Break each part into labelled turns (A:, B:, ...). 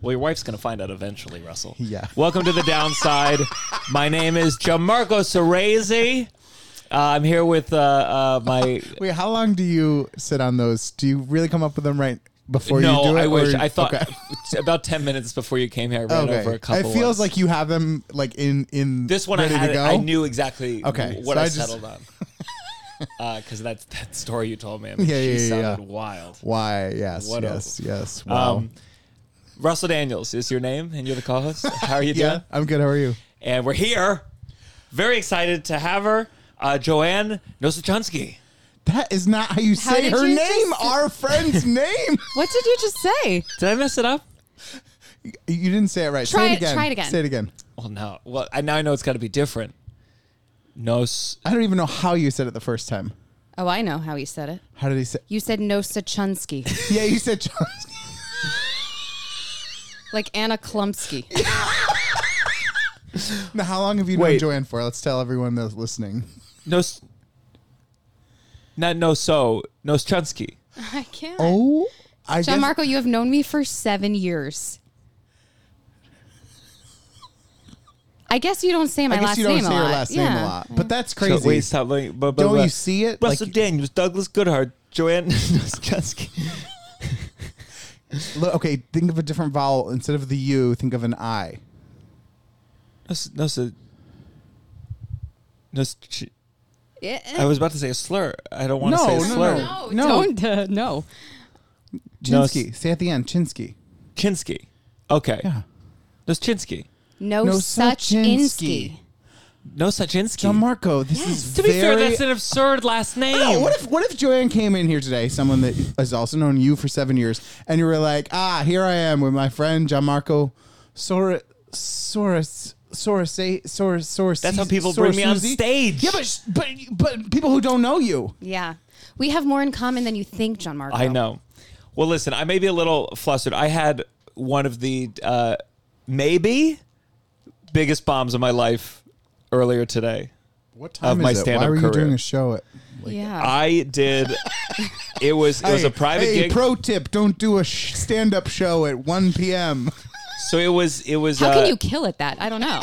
A: Well, your wife's going to find out eventually, Russell.
B: Yeah.
A: Welcome to The Downside. My name is Gianmarco Cerezi. Uh, I'm here with uh, uh, my.
B: Wait, how long do you sit on those? Do you really come up with them right before
A: no,
B: you do it?
A: I wish.
B: or-
A: I thought
B: Okay.
A: about 10 minutes before you came here, I ran
B: Okay.
A: over a couple.
B: it feels
A: ones.
B: like you have them like in in
A: This one
B: ready
A: I had.
B: to
A: it.
B: go.
A: I knew exactly
B: Okay,
A: what
B: so
A: I,
B: I just-
A: settled on. Because that, that story you told me, I mean,
B: Yeah,
A: she
B: yeah, yeah,
A: sounded
B: yeah.
A: wild.
B: Why? Yes.
A: What
B: yes.
A: a-
B: Yes. Wow.
A: Um, Russell Daniels is your name, and you're the co-host. How are you doing?
B: yeah. I'm good. How are you?
A: And we're here, very excited to have her, uh, Joanne Nosachansky.
B: That is not how you
C: How
B: say
C: did
B: her
C: you
B: name.
C: just-
B: Our friend's name.
C: What did you just say?
A: Did I mess it up?
B: You didn't say it right.
C: Try
B: say it
C: it-
B: again.
C: try it again.
B: Say it again.
A: Well, Oh, no. Well, I, now I know it's got to be different. Nos.
B: I don't even know how you said it the first time.
C: Oh, I know how he said it.
B: How did he say?
C: You said no Sachunsky,
B: Yeah, you said John.
C: like Anna Klumsky.
B: now, how long have you known
A: Wait.
B: Joanne for? Let's tell everyone that's listening.
A: Nos. Not no so Noschansky.
C: I can't.
B: Oh, I
C: John
B: guess-
C: Marco, you have known me for seven years. I guess you don't say my
B: I guess
C: last
B: you don't
C: name
B: say
C: a
B: your
C: lot.
B: last
C: yeah.
B: name a lot, but that's
A: So,
B: crazy.
A: wait, stop. Like, blah, blah,
B: Don't
A: blah.
B: you see it?
A: Russell
B: Like-
A: Daniels, Douglas Goodhart, Joanne Noschansky.
B: Look, okay, think of a different vowel instead of the U. Think of an I.
A: Nos. Nos. Nos. I
C: Yeah.
A: was about to say a slur. I don't want to
B: No,
A: say a
B: no,
A: slur.
B: no.
C: No,
B: No.
C: don't. Uh, no.
A: No,
B: Chinsky.
A: s-
B: say at the end, Chinsky.
A: Chinsky. Okay. Noschinsky.
C: No,
B: No
C: such
B: Sachunsky.
C: Insky.
B: John
A: Nosachinsky.
B: Marco, this is
A: To be fair,
B: very-
A: that's an absurd last name.
B: No, what if what if Joanne came in here today, someone that has also known you for seven years, and you were like, ah, here I am with my friend Gianmarco Sora Soros Soros Soros Soros.
A: That's how people bring me on
B: Sorasuzi.
A: stage.
B: Yeah, but sh- but but people who don't know you.
C: Yeah. We have more in common than you think, John Marco.
A: I know. Well, listen, I may be a little flustered. I had one of the uh, maybe biggest bombs of my life earlier today.
B: What
A: Of my stand-up
B: Why were you
A: career.
B: doing a show at?
C: Yeah.
A: I did. It was it was a private
B: hey,
A: gig,
B: Pro tip: Don't do a sh- stand-up show at 1 p.m.
A: so it was it was.
C: How
A: uh,
C: can you kill at that? I don't know.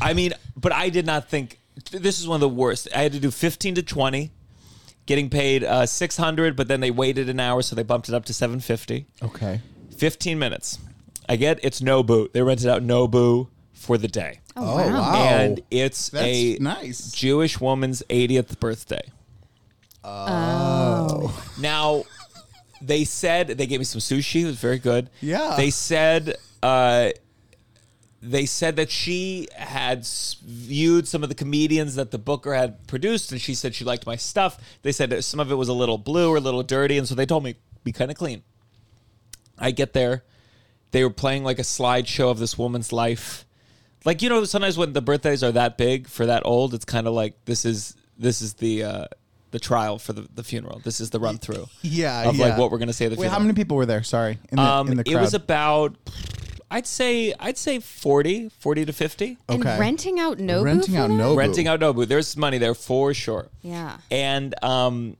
A: I mean, but I did not think this is one of the worst. I had to do 15 to 20, getting paid uh, 600, but then they waited an hour, so they bumped it up to 750.
B: Okay.
A: 15 minutes. I get it's Nobu. They rented out Nobu for the day.
B: Oh,
C: wow.
B: wow.
A: And it's
B: That's
A: a
B: nice.
A: Jewish woman's 80th birthday.
B: Oh.
A: Now, they said they gave me some sushi. It was very good.
B: Yeah.
A: They said uh, they said that she had s- viewed some of the comedians that the Booker had produced, and she said she liked my stuff. They said that some of it was a little blue or a little dirty, and so they told me be kind of clean. I get there, they were playing like a slideshow of this woman's life. Like you know, sometimes when the birthdays are that big for that old, it's kind of like this is this is the uh, the trial for the, the funeral. This is the run through
B: Yeah,
A: of
B: yeah.
A: like what we're gonna say at the
B: Wait,
A: funeral.
B: how many people were there? Sorry, in the,
A: um,
B: in the crowd.
A: it was about I'd say I'd say 40, 40 to fifty.
C: And
B: Okay.
C: renting out Nobu.
B: Renting
C: for
B: out
C: that?
B: Nobu.
A: Renting out Nobu, there's money there for sure.
C: Yeah.
A: And um,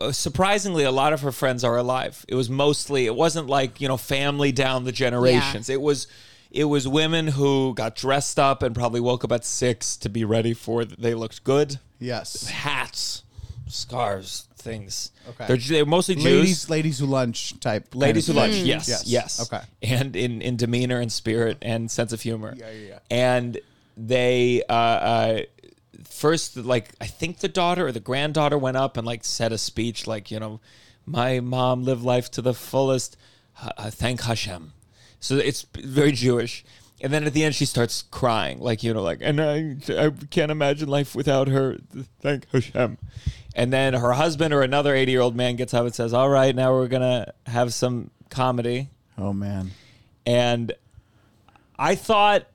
A: uh, surprisingly, a lot of her friends are alive. It was mostly it wasn't like you know family down the generations. It was it was women who got dressed up and probably woke up at six to be ready for. They looked good.
B: Yes.
A: Hats, scarves, things.
B: Okay.
A: They're, they're mostly Jews.
B: Ladies, ladies who lunch type. kind
A: Ladies
B: of
A: who
B: thing.
A: lunch, yes,
B: Yes.
A: yes,
B: Okay.
A: and in in demeanor and spirit and sense of humor.
B: Yeah, yeah, yeah.
A: And they uh, uh, first, like I think the daughter or the granddaughter went up and like said a speech, like you know, my mom lived life to the fullest. Ha- Uh, thank Hashem. So it's very Jewish. And then at the end, she starts crying, like you know, like and I, I can't imagine life without her. Thank Hashem. And then her husband or another eighty-year-old man gets up and says, "All right, now we're gonna have some comedy."
B: Oh man.
A: and I thought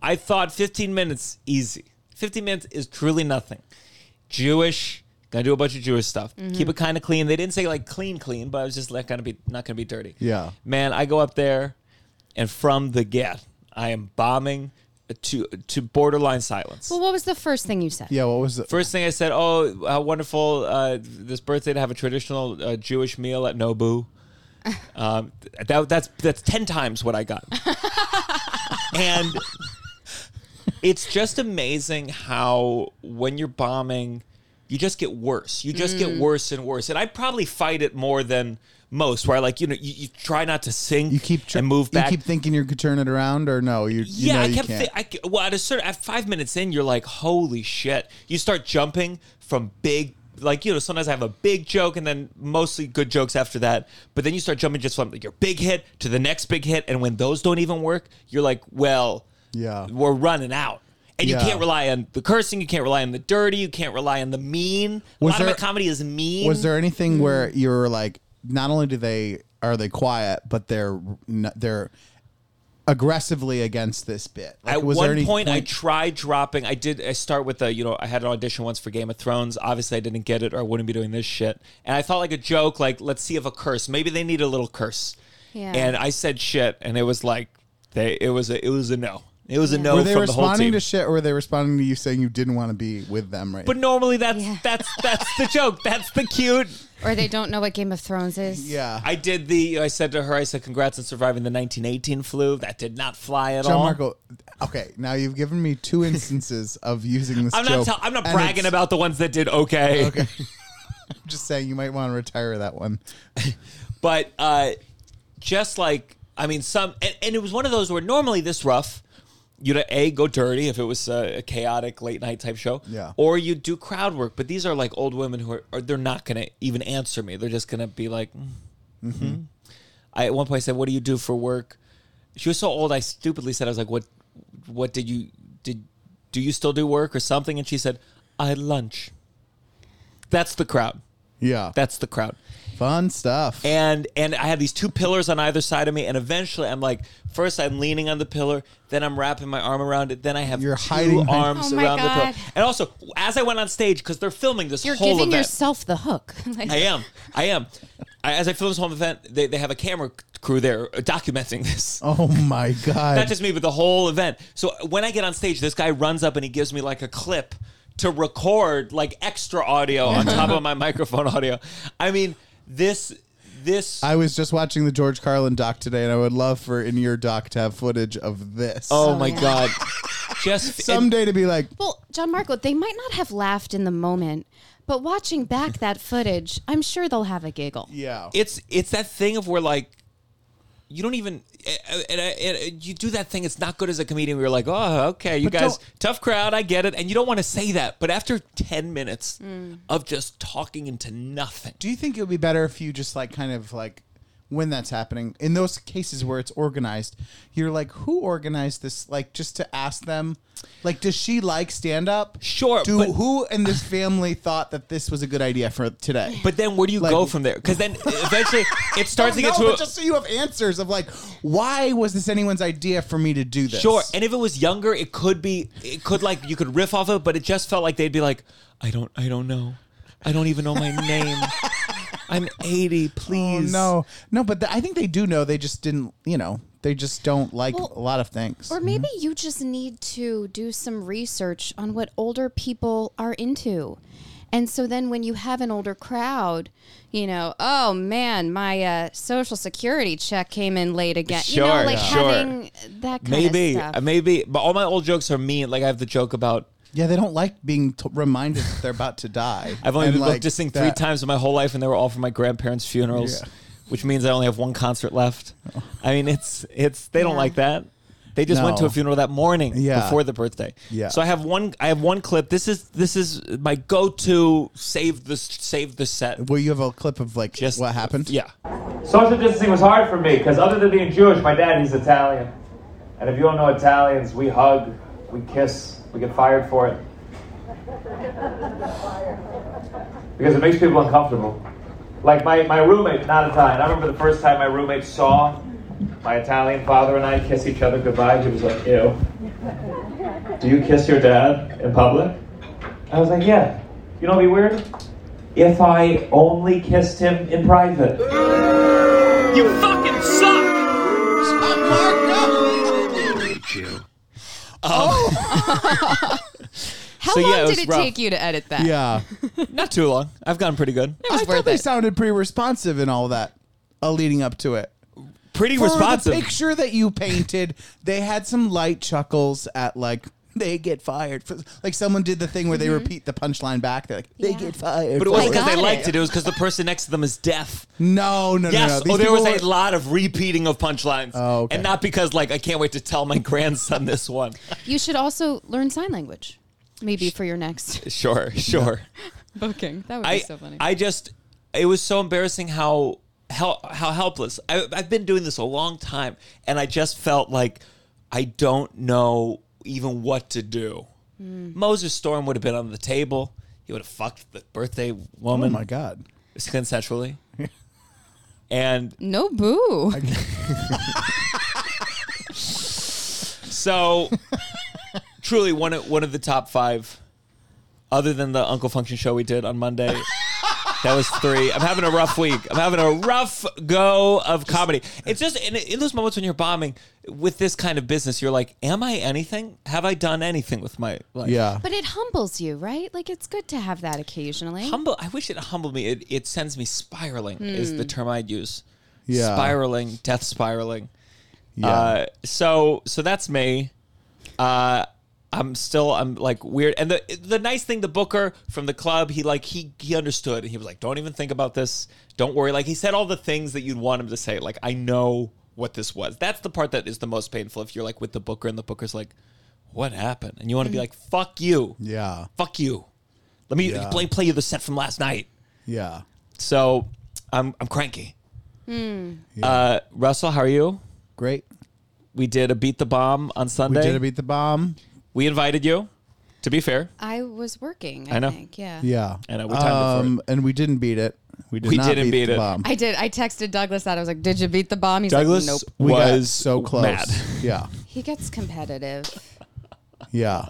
A: I thought 15 minutes easy. 15 minutes is truly nothing. Jewish, gonna do a bunch of Jewish stuff. Keep it kind of clean. They didn't say like clean, clean, but I was just like gonna be not gonna be dirty.
B: Yeah.
A: man, I go up there, and from the get, I am bombing to to borderline silence.
C: Well, what was the first thing you said?
B: Yeah. What was it?
A: First thing I said, oh, how wonderful uh, this birthday to have a traditional uh, Jewish meal at Nobu. Um, th- that, that's that's ten times what I got, and it's just amazing how when you're bombing, you just get worse. You just
B: Mm.
A: get worse and worse. And I probably fight it more than most. Where I like you know you, you try not to sink.
B: You keep tr-
A: and move back.
B: You keep thinking you could turn it around, or no? You, you
A: Yeah,
B: know
A: I
B: you
A: kept.
B: can't.
A: Th- I, ke- well, at a certain, at five minutes in, you're like, "Holy shit!" You start jumping from big, like you know. Sometimes I have a big joke, and then mostly good jokes after that. But then you start jumping just from like, your big hit to the next big hit, and when those don't even work, you're like, "Well,
B: Yeah.
A: we're running out." And
B: Yeah.
A: you can't rely on the cursing. You can't rely on the dirty. You can't rely on the mean.
B: Was
A: a lot
B: there-
A: of my comedy is mean.
B: Was there anything where you were like, not only do they are they quiet, but they're n- they're aggressively against this bit? Like,
A: At
B: was
A: one
B: there any
A: point, I tried dropping. I did. I start with a you know. I had an audition once for Game of Thrones. Obviously, I didn't get it, or I wouldn't be doing this shit. And I thought like a joke, like let's see if a curse. Maybe they need a little curse.
C: Yeah.
A: And I said shit, and it was like they. It was a. It was a no. It was a no
B: were they
A: from the whole
B: responding
A: team.
B: to shit, or were they responding to you saying you didn't want to be with them? Right?
A: but normally that's
C: Yeah.
A: that's that's the joke. That's the cute.
C: Or they don't know what Game of Thrones is.
B: yeah.
A: I did the. I said to her. I said, "Congrats on surviving the 1918 flu. That did not fly at
B: John
A: all."
B: Marco, okay, now you've given me two instances of using this
A: I'm not.
B: joke.
A: Tell, I'm not
B: and
A: bragging
B: it's-
A: about the ones that did okay.
B: Okay. I'm just saying you might want to retire that one.
A: but uh, just like I mean, some and, and it was one of those where normally this rough, you'd a go dirty if it was uh, a, a chaotic late night type show,
B: Yeah.
A: or you do crowd work. But these are like old women who are, are they're not gonna even answer me. They're just gonna be like, mm-hmm. I at one point I said, "What do you do for work?" She was so old. I stupidly said, "I was like, what, what did you did? Do you still do work or something?" And she said, "I had lunch." That's the crowd.
B: Yeah.
A: That's the crowd
B: Fun stuff.
A: and and I had these two pillars on either side of me, and eventually I'm like, first I'm leaning on the pillar, then I'm wrapping my arm around it, then I have
B: You're
A: two
B: hiding behind-
A: arms
C: Oh my
A: around the pillar,
C: God.
A: and also as I went on stage because they're filming this
C: You're
A: whole
C: giving
A: event.
C: yourself the hook. Like-
A: I am, I am. I, as I film this whole event, they, they have a camera crew there uh, documenting this.
B: oh my god.
A: Not just me, but the whole event. So uh, when I get on stage, this guy runs up and he gives me like a clip to record like extra audio on top of my microphone audio. I mean, this this
B: I was just watching the George Carlin doc today, and I would love for in your doc to have footage of this.
A: Oh
C: Oh,
A: my
C: yeah.
A: god! Just and
B: someday to be like,
C: Well, John Marco, they might not have laughed in the moment, but watching back that footage, I'm sure they'll have a giggle.
B: yeah,
A: it's it's that thing of where like you don't even eh, and, and, and you do that thing. It's not good as a comedian. We're like, oh, okay, you
B: But
A: guys,
B: don't-
A: tough crowd. I get it, and you don't want to say that. But after ten minutes
B: Mm.
A: of just talking into nothing,
B: Do you think it would be better if you just like kind of like when that's happening in those cases where it's organized, you're like, who organized this? Like, just to ask them, like, does she like stand up?
A: Sure,
B: Do
A: but-
B: who in this family thought that this was a good idea for today?
A: but then where do you
B: Like- Oh,
A: go from there? Because then eventually it starts to
B: no,
A: get to
B: but
A: a,
B: just so you have answers of like, why was this anyone's idea for me to do this?
A: Sure, and if it was younger, it could be, it could like you could riff off it, but it just felt like they'd be like, I don't, I don't know, I don't even know my name. I'm 80,
B: Oh,
A: please.
B: no, no, but th- I think they do know. They just didn't, you know, they just don't like
C: Well,
B: a lot of things.
A: Mm-hmm.
C: Or maybe you just need to do some research on what older people are into. And so then when you have an older crowd, you know, oh man, my uh, social security check came in late again. you
A: Sure,
C: know, like
A: yeah. Sure.
C: having that kind
A: maybe,
C: of stuff.
A: uh, maybe, but all my old jokes are mean. Like I have the joke about
B: Yeah, they don't like being t- reminded that they're about to die.
A: I've only
B: And,
A: been
B: like,
A: booked to sing three
B: that-
A: times in my whole life, and they were all for my grandparents' funerals,
B: Yeah. Oh.
A: which means I only have one concert left. I mean, it's it's they don't
C: Yeah.
A: like that. They just went to
B: No.
A: a funeral that morning
B: Yeah.
A: before the birthday.
B: Yeah.
A: So I have one. I have one clip. This is this is my go-to save the save the set.
B: Well, you have a clip of like
A: Just
B: what happened.
A: Yeah.
D: Social distancing was hard for me because other than being Jewish, my dad he's Italian, and if you don't know Italians, we hug, we kiss, we get fired for it because it makes people uncomfortable. Like my, my roommate, not Italian. I remember the first time my roommate saw my Italian father and I kiss each other goodbye. He was like, "Ew, do you kiss your dad in public?" I was like, "Yeah." You know, what'd be weird if I only kissed him in private.
E: You fucking suck!
C: How
A: So, yeah,
C: long
A: it
C: did
A: was
C: it
A: rough.
C: take you to edit that?
B: Yeah,
A: Not too long. I've gotten pretty good.
B: I
C: was
B: thought
C: worth
B: they
C: it.
B: sounded pretty responsive and all that. uh, leading up to it.
A: Pretty
B: For
A: responsive.
B: the picture that you painted, they had some light chuckles at like they get fired. For, like someone did the thing where they repeat the punchline back. They're like they
C: Mm-hmm. Yeah.
B: get fired.
A: But it wasn't
C: I
A: because they
C: got it.
A: liked it. It was because the person next to them is deaf.
B: no, no, no, no.
A: Yes.
B: These
A: oh, there was a
B: people
A: lot of repeating of punchlines.
B: Oh, okay.
A: And not because, like, I can't wait to tell my grandson this one.
C: You should also learn sign language, maybe for your next
A: Sure, sure.
C: booking. That would
A: I,
C: be so funny.
A: I just, it was so embarrassing how how, how helpless. I, I've been doing this a long time, and I just felt like I don't know even what to do.
C: Hmm.
A: Moses Storm would have been on the table. He would have fucked the birthday
B: Oh
A: woman
B: my god.
A: consensually. and
C: no boo.
A: So, truly one of, one of the top five, other than the Uncle Function show we did on Monday. That was three. I'm having a rough week. I'm having a rough go of comedy. It's just in, in those moments when you're bombing with this kind of business, you're like, "Am I anything? Have I done anything with my life?"
B: Yeah.
C: But it humbles you, right? Like it's good to have that occasionally.
A: Humble. I wish it humbled me. It, it sends me spiraling. Is the term I'd use.
B: Yeah.
A: Spiraling, death spiraling.
B: yeah.
A: Uh, so so that's me. Uh, I'm still I'm like weird. And the the nice thing, the booker from the club, he like he he understood. He was like, don't even think about this. Don't worry. Like he said all the things that you'd want him to say. Like I know what this was. That's the part that is the most painful. If you're like with the booker and the booker's like, what happened? And you want to be like, fuck you,
B: yeah.
A: fuck you. Let me
B: Yeah.
A: play play you the set from last night.
B: Yeah.
A: So I'm I'm cranky.
B: Hmm.
A: Uh, Russell, how are you?
B: Great.
A: We did a beat the bomb on
B: We
A: Sunday.
B: did a beat the bomb.
A: We invited you. To be fair,
C: I was working. I,
A: I know.
C: think. Yeah.
B: Yeah. Um,
A: And we timed it for
B: and we didn't beat it. We did
A: We
B: not
A: didn't
B: beat,
A: beat
B: the
A: it.
B: bomb.
C: I did. I texted Douglas that I was like, "Did you beat the bomb?" He's
A: Douglas
C: like, "Nope."
B: we got
A: was
B: so close.
A: Mad.
B: Yeah.
C: He gets competitive.
B: Yeah.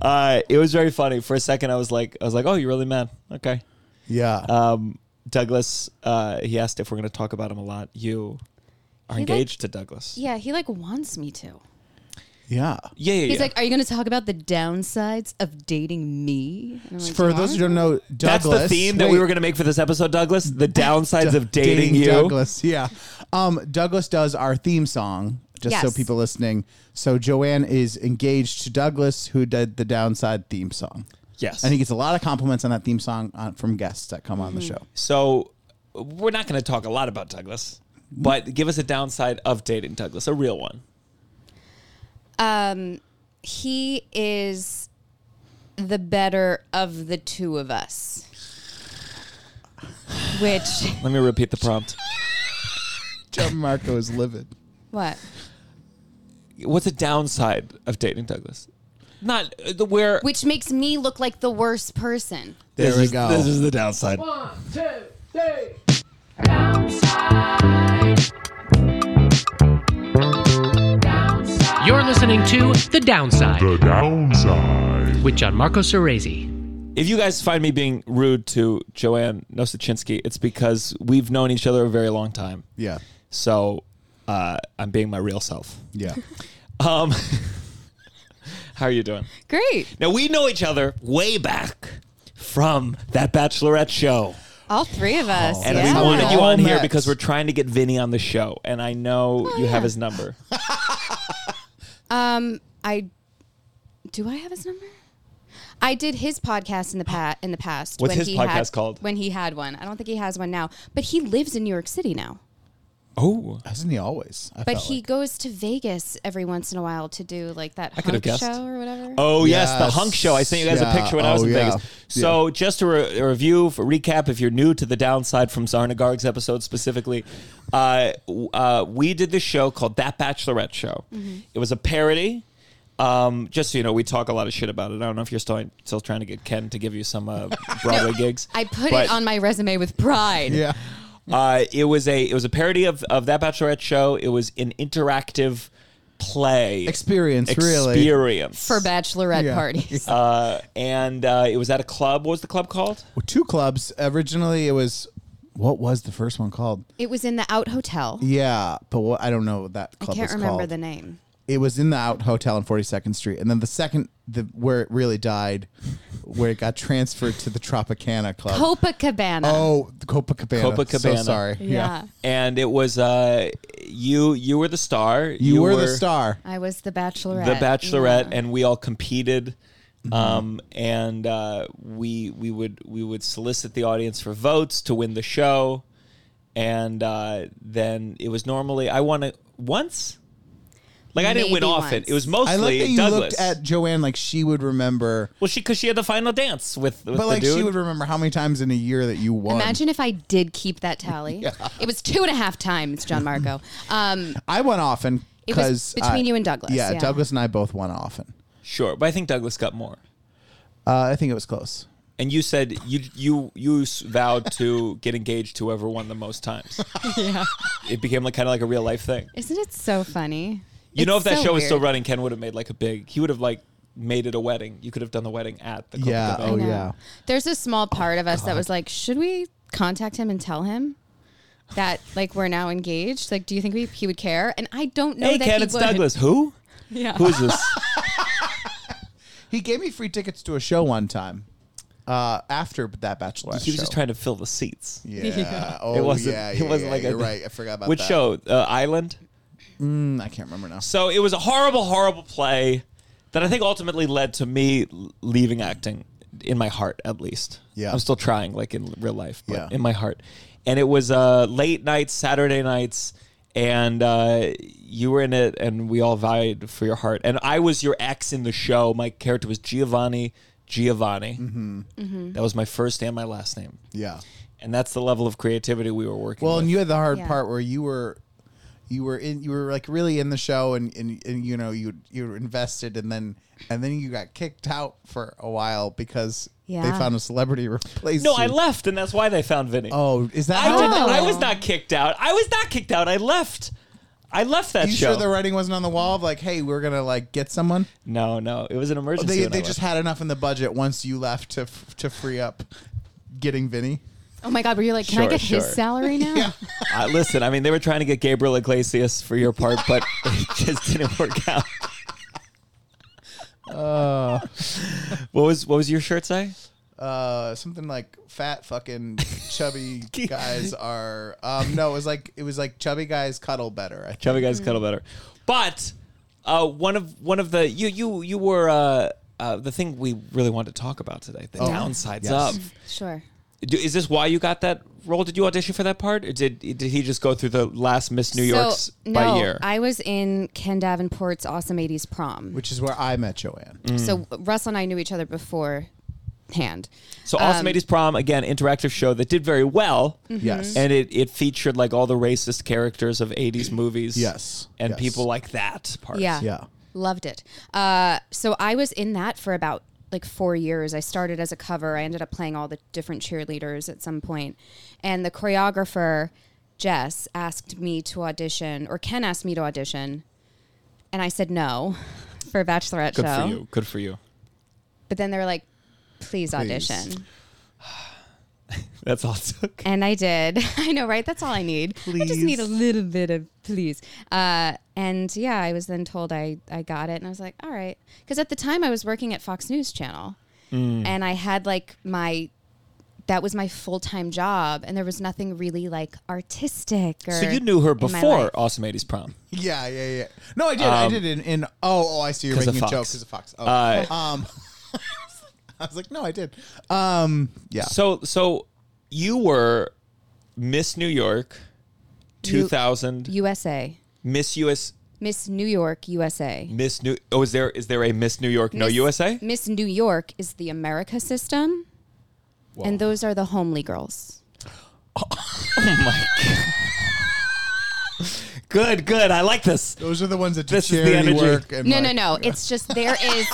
A: Uh, it was very funny. For a second, I was like, I was like, oh, you're really mad. Okay.
B: Yeah.
A: Um, Douglas, uh, he asked if we're going to talk about him a lot. You are
C: He
A: engaged to Douglas.
C: Yeah, he like wants me to.
B: yeah.
A: Yeah, yeah, yeah.
C: He's like, "Are you going to talk about the downsides of dating me?" And I'm like,
B: For
C: "You
B: those who don't
C: want
B: know,
A: that's
B: Douglas.
A: the theme that we
B: wait,
A: were going to make for this episode, Douglas. The downsides of dating, you.
B: Douglas. Yeah. Um, Douglas does our theme song, just so
C: Yes.
B: people listening. So Joanne is engaged to Douglas, who did the downside theme song.
A: Yes.
B: And he gets a lot of compliments on that theme song on, from guests that come on the show.
A: so we're not going to talk a lot about Douglas, but give us a downside of dating Douglas, a real one.
C: um he is the better of the two of us which
A: Let me repeat the prompt.
B: Joe Marco is livid.
C: what
A: What's a downside of dating Douglas? Not uh, the where.
C: which makes me look like the worst person
B: There
A: This
B: we
A: is-
B: go.
A: This is the downside.
F: You're listening to The Downside
G: The downside.
F: with Gianmarco Cerezi.
A: If you guys find me being rude to Joanne Nosachinsky, it's because we've known each other a very long time.
B: yeah.
A: So uh, I'm being my real self.
B: Yeah.
A: Um, how are you doing?
C: great
A: Now we know each other way back from that Bachelorette show,
C: all three of us
A: and
C: yeah.
A: we wanted you
B: All
A: on here
B: met.
A: because we're trying to get Vinny on the show, and I know
C: Oh,
A: you have his number.
C: um i do i have his number I did his podcast in the pat in the past.
A: What's his podcast
C: had,
A: called?
C: When he had one, I don't think he has one now. But he lives in New York City now.
A: Oh,
B: Hasn't he always? I
C: But
B: felt
C: he
B: like.
C: goes to Vegas every once in a while to do like that
A: could have
C: hunk
A: guessed.
C: show or whatever.
A: Oh yes, the
B: Yes.
A: Hunk Show. I sent you guys
B: Yeah.
A: a picture when I was
B: Oh,
A: in
B: yeah.
A: Vegas. So just to re- a review, for recap, if you're new to the downside from Zarnagarg's episode specifically, uh, w- uh, we did this show called That Bachelorette Show.
C: Mm-hmm.
A: It was a parody. Um, just so you know, we talk a lot of shit about it. I don't know if you're still still trying to get Ken to give you some uh, Broadway gigs.
C: I put
A: but-
C: it on my resume with pride.
B: Yeah.
A: uh, it was a it was a parody of, of that Bachelorette show. It was an interactive play
B: Experience, really.
A: experience
C: For bachelorette
B: Yeah.
C: parties.
A: uh, and uh, it was at a club. What was the club called?
B: Well, two clubs. Originally, it was what was the first one called?
C: It was in the Out Hotel.
B: Yeah, but what, I don't know what that
C: I
B: club
C: can't
B: was
C: remember
B: called.
C: the name.
B: it was in the out hotel on 42nd Street, and then the second the where it really died, where it got transferred to the Tropicana Club.
C: Copacabana.
B: oh, the Copacabana. So
A: Copacabana.
B: sorry.
C: yeah.
A: and it was uh, you. You were the star.
B: You, were, the star.
C: I was the Bachelorette.
A: the Bachelorette,
C: Yeah.
A: and we all competed.
B: Mm-hmm.
A: Um, and uh, we we would we would solicit the audience for votes to win the show, and uh, then it was normally I won it once. Like I didn't win
C: Maybe
A: often.
C: once.
A: It was
B: I like
A: mostly
B: that you
A: Douglas.
B: looked at Joanne like she would remember,
A: well, she because she had the final dance with, with
B: but
A: the
B: like
A: dude.
B: she would remember how many times in a year that you won.
C: Imagine if I did keep that tally. It was two and a half times, John Marco. Um,
B: I won often
C: It was
B: because
C: between you and Douglas,
B: Yeah,
C: yeah.
B: Douglas and I both won often.
A: sure, but I think Douglas got more.
B: Uh, I think it was close.
A: And you said you you you s- vowed to get engaged to whoever won the most times.
C: yeah.
A: It became like kind of like a real life thing.
C: Isn't it so funny?
A: You know, if
C: It's
A: that
C: so
A: show was still
C: weird.
A: running, Ken would have made like a big. He would have like made it a wedding. You could have done the wedding at the. Copacabana.
B: Yeah. Oh
C: I know.
B: yeah.
C: There's a small part of us that was like, should we contact him and tell him that like we're now engaged? Like, do you think we, he would care? And I don't know
A: Hey,
C: that
A: Ken,
C: he
A: it's
C: would.
A: Douglas. Who?
C: Yeah.
A: Who is this?
B: He gave me free tickets to a show one time. Uh, after that Bachelorette,
A: he was just
B: show.
A: trying to fill the seats.
B: Yeah. Oh,
A: It wasn't.
B: Yeah,
A: it
B: yeah,
A: wasn't
B: yeah,
A: like a,
B: you're right. I forgot about
A: which
B: that.
A: show? Uh, Island.
B: Mm, I can't remember now.
A: So it was a horrible, horrible play that I think ultimately led to me l- leaving acting in my heart, at least.
B: Yeah.
A: I'm still trying, like in real life, but
B: Yeah.
A: in my heart. And it was uh, late nights, Saturday nights, and uh, you were in it, and we all vied for your heart. And I was your ex in the show. My character was Giovanni Giovanni.
B: Mm-hmm.
A: That was my first and my last name.
B: Yeah.
A: And that's the level of creativity we were working
B: Well,
A: with.
B: and you had the hard
C: Yeah.
B: part where you were, you were in, you were like really in the show, and and, and you know you you were invested, and then and then you got kicked out for a while because they
C: Yeah.
B: found a celebrity replacement.
A: no, I left, and that's why they found Vinny.
B: Oh, is that?
A: I,
B: how
A: did not, I
C: Oh.
A: was not kicked out. I was not kicked out. I left. I left that
B: you
A: show.
B: sure the writing wasn't on the wall of like, hey, we're gonna like get someone?
A: no, no, it was an emergency.
B: Oh, They
A: when I
B: they just
A: left.
B: had enough in the budget once you left to f- to free up getting Vinny.
C: Oh my God, were you like, can I
A: Sure,
C: get
A: sure.
C: his salary now?
A: Uh, listen, I mean, they were trying to get Gabriel Iglesias for your part, but it just didn't work out. what was what was your shirt say?
B: uh, something like fat fucking chubby guys are um no it was like it was like chubby guys cuddle better I think.
A: Chubby guys cuddle better, but uh, one of one of the you you you were uh, uh, the thing we really wanted to talk about today. The downsides
B: Oh. Yes.
A: of
C: Sure.
A: Do, is this why you got that role? Did you audition for that part, or did did he just go through the last Miss New York's
C: no,
A: by year?
C: I was in Ken Davenport's Awesome 80s Prom.
B: which is where I met Joanne
A: Hmm.
C: So Russell and I knew each other beforehand.
A: so
C: um,
A: Awesome 80s Prom again, interactive show that did very well.
C: Mm-hmm.
B: Yes.
A: and it it featured like all the racist characters of 80s movies.
B: Yes.
A: and
B: Yes.
A: people like that part.
C: Yeah.
B: Yeah.
C: Loved it. Uh, so I was in that for about like four years. I started as a cover. I ended up playing all the different cheerleaders at some point. And the choreographer, Jess, asked me to audition, or Ken asked me to audition. And I said no for a Bachelorette
A: good
C: show.
A: for you. Good for you.
C: But then they were like, please audition.
A: That's all it took.
C: And I did. I know, right? That's all I need. I just need a little bit of please. Uh, and yeah, I was then told I, I got it. And I was like, all right. Because at the time I was working at Fox News Channel.
A: Mm.
C: And I had like my, that was my full time job. And there was nothing really like artistic or.
A: So you knew her
C: in my
A: before
C: life.
A: Awesome 80s Prom.
B: yeah yeah yeah no I did I did in, in oh oh I see you're
A: 'cause of
B: making a joke
A: Fox.
B: Um, because of Fox oh.
A: Uh,
B: um I was like no I did um yeah
A: So so you were Miss New York, 2000
C: USA.
A: Miss US.
C: Miss New York, USA.
A: Miss New. Oh, is there is there a Miss New York? no
C: Miss-
A: USA.
C: Miss New York is the America system. And those are the homely girls.
A: Good, good. I like this.
B: those are the ones that do
A: This is the
B: charity
A: energy.
B: work and
C: No,
B: like,
C: no, no. It's just there is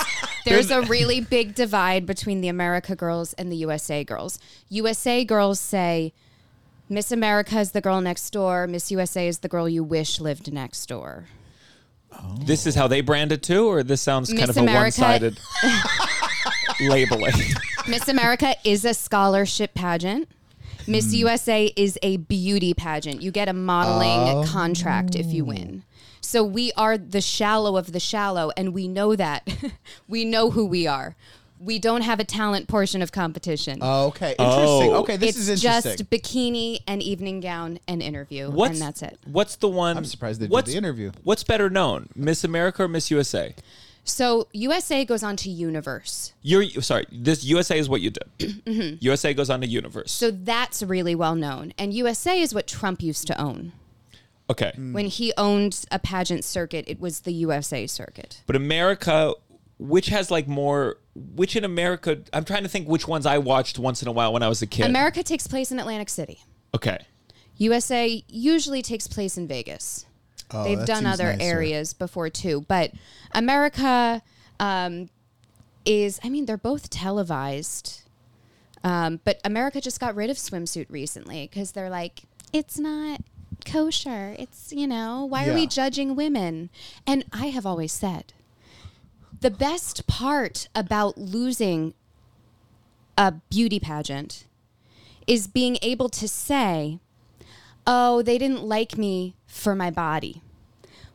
C: there's a really big divide between the America girls and the USA girls. USA girls say Miss America is the girl next door, Miss USA is the girl you wish lived next door.
A: This is how they brand it too, or this sounds kind
C: Miss
A: of a
C: America.
A: one-sided labeling.
C: Miss America is a scholarship pageant. Miss USA is a beauty pageant. You get a modeling contract if you win. So we are the shallow of the shallow, and we know that. we know who we are. We don't have a talent portion of competition.
B: Okay, interesting.
A: Oh.
B: Okay, this
C: it's
B: is interesting.
C: just bikini and evening gown and interview,
A: What's,
C: and that's it.
A: What's the one?
B: I'm surprised they did
A: what's-
B: the interview.
A: What's better known, Miss America or Miss USA?
C: So USA goes on to Universe.
A: You're sorry. This USA is what you did. USA goes on to Universe.
C: Mm-hmm. So that's really well known. And USA is what Trump used to own.
A: okay,
B: Mm. Hmm.
C: When he owned a pageant circuit, it was the USA circuit.
A: but America, which has like more? Which in America? I'm trying to think which ones I watched once in a while when I was a kid.
C: America takes place in Atlantic City.
A: okay,
C: USA usually takes place in Vegas. They've
B: Oh, that
C: done
B: seems
C: other
B: nicer.
C: areas before too, but America um, is, I mean, they're both televised. Um, but America just got rid of swimsuit recently because they're like, it's not kosher. It's, you know, why are
B: Yeah.
C: we judging women? And I have always said the best part about losing a beauty pageant is being able to say, oh, they didn't like me for my body.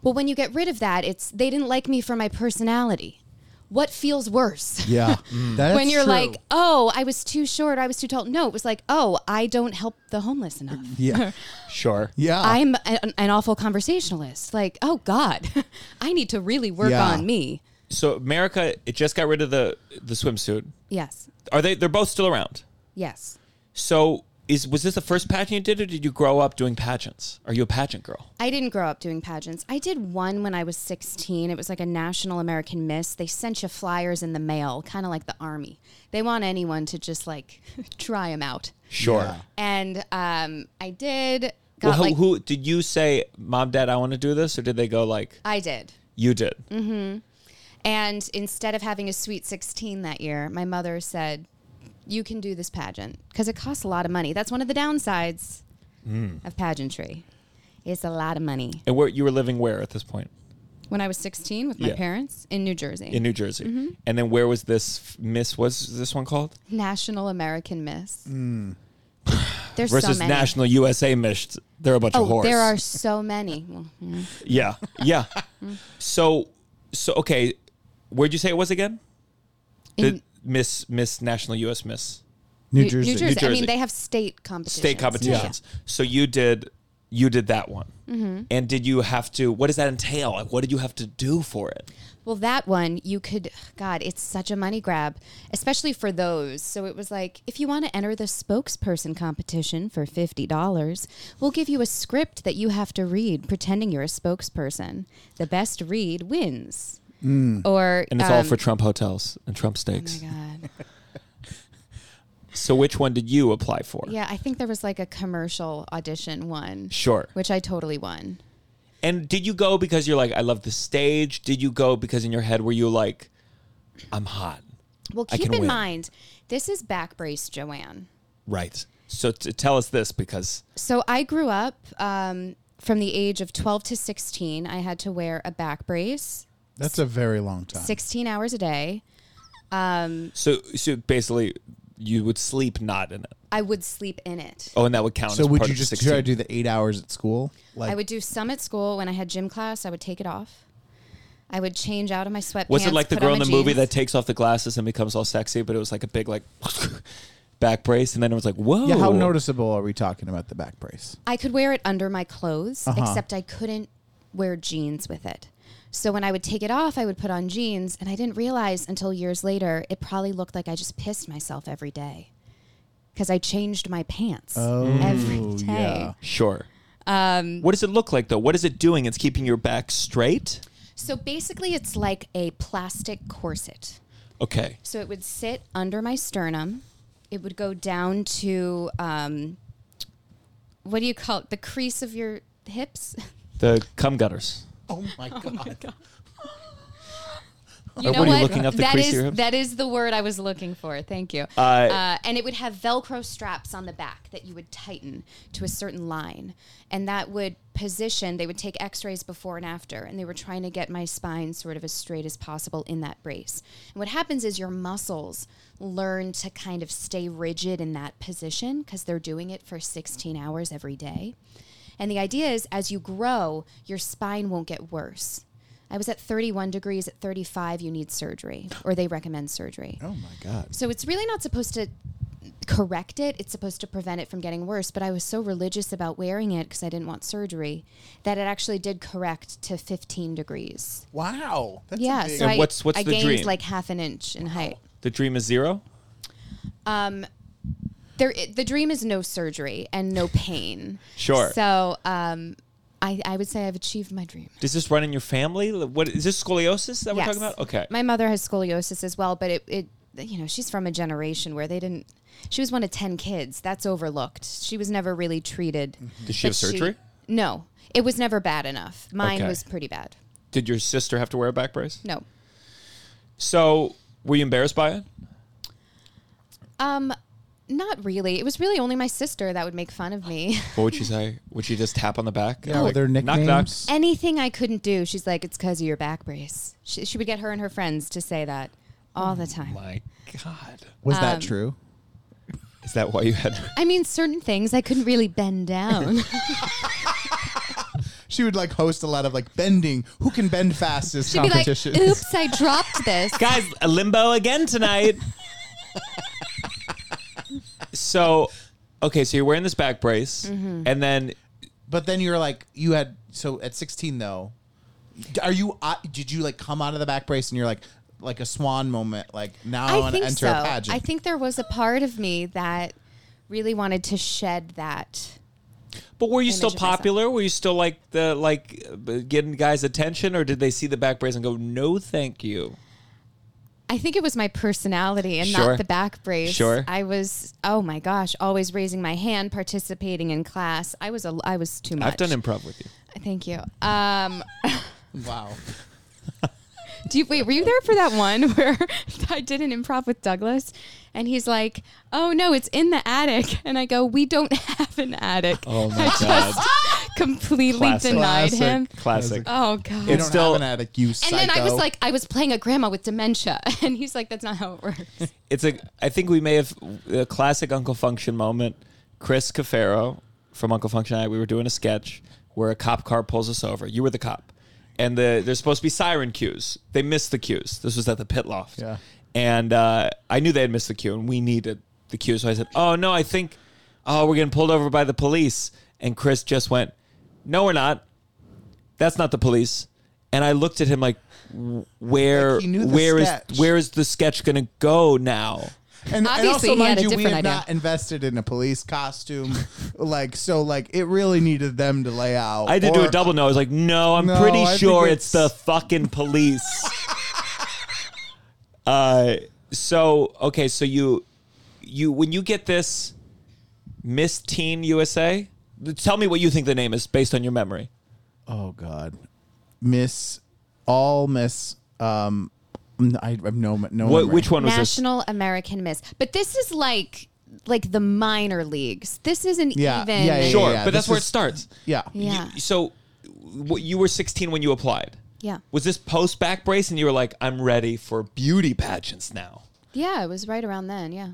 C: Well, when you get rid of that, it's they didn't like me for my personality. What feels worse?
B: yeah, that's
C: when you're
B: true.
C: like, oh, I was too short, I was too tall. No, it was like, oh, I don't help the homeless enough.
B: yeah,
A: sure.
B: yeah,
C: I'm an, an awful conversationalist. Like, oh God, I need to really work
B: Yeah.
C: on me.
A: So America, it just got rid of the the swimsuit.
C: Yes,
A: Are they? They're both still around.
C: yes.
A: So is was this the first pageant you did, or did you grow up doing pageants? Are you a pageant girl?
C: I didn't grow up doing pageants. I did one when I was 16. It was like a National American Miss. They sent you flyers in the mail, kind of like the Army. They want anyone to just like try them out.
A: Sure.
C: And um, I did. Got
A: Well, who,
C: like,
A: who did you say, Mom, Dad, I want to do this, or did they go like
C: I did.
A: you did?
C: Mm-hmm. And instead of having a sweet 16 that year, my mother said, You can do this pageant because it costs a lot of money. That's one of the downsides
A: Mm.
C: of pageantry. It's a lot of money.
A: And where you were living where at this point
C: When I was 16 with my
A: Yeah.
C: parents in New Jersey,
A: in New Jersey,
C: Mm-hmm.
A: and then where was this f- Miss? Was this one called
C: National American Miss. There's
A: Mm. versus
C: so many.
A: National USA Miss? They're a bunch
C: oh,
A: of whores.
C: there are so many. Well, mm.
A: Yeah, yeah.
C: Mm-hmm.
A: so, so okay, where'd you say it was again? The
C: In-
A: Miss Miss National US Miss
B: New Jersey.
C: New Jersey. I
A: Jersey.
C: mean, they have state competitions.
A: state competitions. So you did you did that one,
C: Mm-hmm.
A: and did you have to? What does that entail? Like, what did you have to do for it?
C: Well, that one you could, God, it's such a money grab, especially for those. So it was like, if you want to enter the spokesperson competition for $50, we'll give you a script that you have to read pretending you're a spokesperson. The best read wins.
A: Mm.
C: Or,
A: And it's all
C: um,
A: for Trump hotels and Trump
C: oh
A: steaks.
C: my God.
A: so which one did you apply for?
C: Yeah, I think there was like a commercial audition one,
A: Sure.
C: which I totally won.
A: And did you go because you're like, I love the stage? Did you go because in your head were you like, I'm hot?
C: Well,
A: I
C: keep
A: can
C: in
A: win.
C: mind, this is back brace Joanne.
A: Right. So t- tell us this because
C: So I grew up um, from the age of 12 to 16. I had to wear a back brace
B: That's a very long time.
C: 16 hours a day.
A: so so basically you would sleep not in it.
C: I would sleep in it.
A: Oh, and that would count.
B: so
A: as
B: would
A: part
B: you
A: of
B: just
A: 16.
B: try to do the eight hours at school? Like
C: I would do some at school. When I had gym class, I would take it off. I would change out of my sweatpants.
A: Was it like the
C: put
A: girl
C: on
A: in the
C: my
A: movie
C: jeans.
A: that takes off the glasses and becomes all sexy? But it was like a big like back brace, and then it was like, whoa.
B: Yeah, how noticeable are we talking about the back brace?
C: I could wear it under my clothes,
A: Uh-huh.
C: except I couldn't wear jeans with it. So when I would take it off, I would put on jeans, and I didn't realize until years later it probably looked like I just pissed myself every day because I changed my pants
A: Oh,
C: every day.
B: yeah.
A: Sure. Um, what does it look like though? What is it doing? It's keeping your back straight.
C: So basically, it's like a plastic corset.
A: Okay.
C: So it would sit under my sternum. It would go down to um, what do you call it? The crease of your hips.
A: The cum gutters.
B: Oh my god.
C: You know
A: what are
C: what?
A: you looking up the
C: That
A: crease of
C: is-
A: your hips?
C: that is the word I was looking for. Thank you. Uh, and it would have Velcro straps on the back that you would tighten to a certain line, and that would position. They would take X-rays before and after, and they were trying to get my spine sort of as straight as possible in that brace. And what happens is your muscles learn to kind of stay rigid in that position because they're doing it for 16 hours every day. And the idea is as you grow, your spine won't get worse. I was at 31 degrees. At 35, you need surgery, or they recommend surgery.
B: Oh my god.
C: So it's really not supposed to correct it. It's supposed to prevent it from getting worse. But I was so religious about wearing it because I didn't want surgery that it actually did correct to 15 degrees.
B: Wow. That's
C: yeah.
B: A big,
C: So
A: And
C: I,
A: what's- what's
C: I
A: the
C: gained
A: dream?
C: like half an inch in height. Um,
A: The dream is zero.
C: There, i the dream is no surgery and no pain.
A: Sure.
C: So um, I, I would say I've achieved my dream.
A: Does this run in your family? What is this scoliosis that we're talking
C: Yes.
A: about? Okay.
C: My mother has scoliosis as well, but it, it, you know, she's from a generation where they didn't. She was one of ten kids. That's overlooked. She was never really treated.
A: Did she Mm-hmm. have
C: But
A: surgery?
C: no, it was never bad enough. Mine
A: Okay.
C: was pretty bad.
A: Did your sister have to wear a back brace?
C: No.
A: So were you embarrassed by it?
C: Um, not really. It was really only my sister that would make fun of me.
A: What would she say? Would she just tap on the back?
B: yeah, well, their
A: knock,
B: nicknames.
A: knock.
C: Anything I couldn't do, she's like, it's because of your back brace. She, she would get her and her friends to say that all the time.
A: Oh My God.
B: Was
C: Um,
B: that true?
A: Is that why you had?
C: I mean, certain things I couldn't really bend down.
B: She would like host a lot of like bending. Who can bend fastest
C: She'd be like,
B: competitions?
C: oops, I dropped this.
A: Guys, a limbo again tonight. so, okay, so you're wearing this back brace,
C: Mm-hmm.
A: and then
B: But then you're like, you had so at 16 though. Are you? uh, Did you like come out of the back brace and you're like, like a swan moment? Like now I,
C: I
B: want to
C: think
B: enter
C: so.
B: a pageant.
C: I think there was a part of me that really wanted to shed that.
A: But were you still
C: of myself.
A: popular? Were you still like the like uh, getting guys' attention, or did they see the back brace and go, "No, thank you"?
C: I think it was my personality and
A: Sure.
C: not the back brace.
A: Sure.
C: I was oh my gosh, always raising my hand, participating in class. I was a I was too much.
A: I've done improv with you.
C: Thank you. Um,
B: wow.
C: do you wait? Were you there for that one where I did an improv with Douglas, and he's like, "Oh no, it's in the attic," and I go, "We don't have an attic."
A: Oh my
C: I just completely
A: Classic.
C: denied
B: Classic.
C: him.
A: Classic.
C: Oh god.
B: You
A: It's
B: don't
A: still-
B: have an attic, you psycho.
C: And then I was like, I was playing a grandma with dementia, and he's like, "That's not how it works."
A: It's a. I think we may have a classic Uncle Function moment. Chris Cafaro from Uncle Function and I. We were doing a sketch where a cop car pulls us over. You were the cop, and the there's supposed to be siren cues. They missed the cues. This was at the pit loft.
B: Yeah.
A: And uh, I knew they had missed the cue, and we needed the cue. So I said, "Oh no, I think, oh, we're getting pulled over by the police." And Chris just went, "No, we're not. That's not the police." And I looked at him like, "Where,
B: Like he knew the
A: where is,
B: sketch.
A: where is the sketch going to go now?"
B: and, and also
C: Obviously, he
B: mind
C: had a
B: you, we
C: different
B: had
C: idea.
B: not invested in a police costume, like so, like it really needed them to lay out.
A: I did do
B: Or-
A: a double no. I was like, no, I'm
B: No,
A: pretty
B: I think
A: sure
B: it's-
A: it's... the fucking police. uh, so okay, so you, you when you get this Miss Teen USA, tell me what you think the name is based on your memory.
B: Oh God, Miss, all Miss. Um, I have no no.
A: What,
B: memory.
A: which one was this?
C: National American Miss, but this is like like the minor leagues. This isn't
B: Yeah,
C: even.
B: yeah, yeah,
A: Sure,
B: yeah.
A: but that's
B: This
A: where
B: is-
A: it starts.
B: Yeah.
A: You-
C: Yeah.
A: so, w- you were 16 when you applied.
C: Yeah.
A: Was this post back brace, and you were like, I'm ready for beauty pageants now?
C: Yeah, it was right around then. Yeah.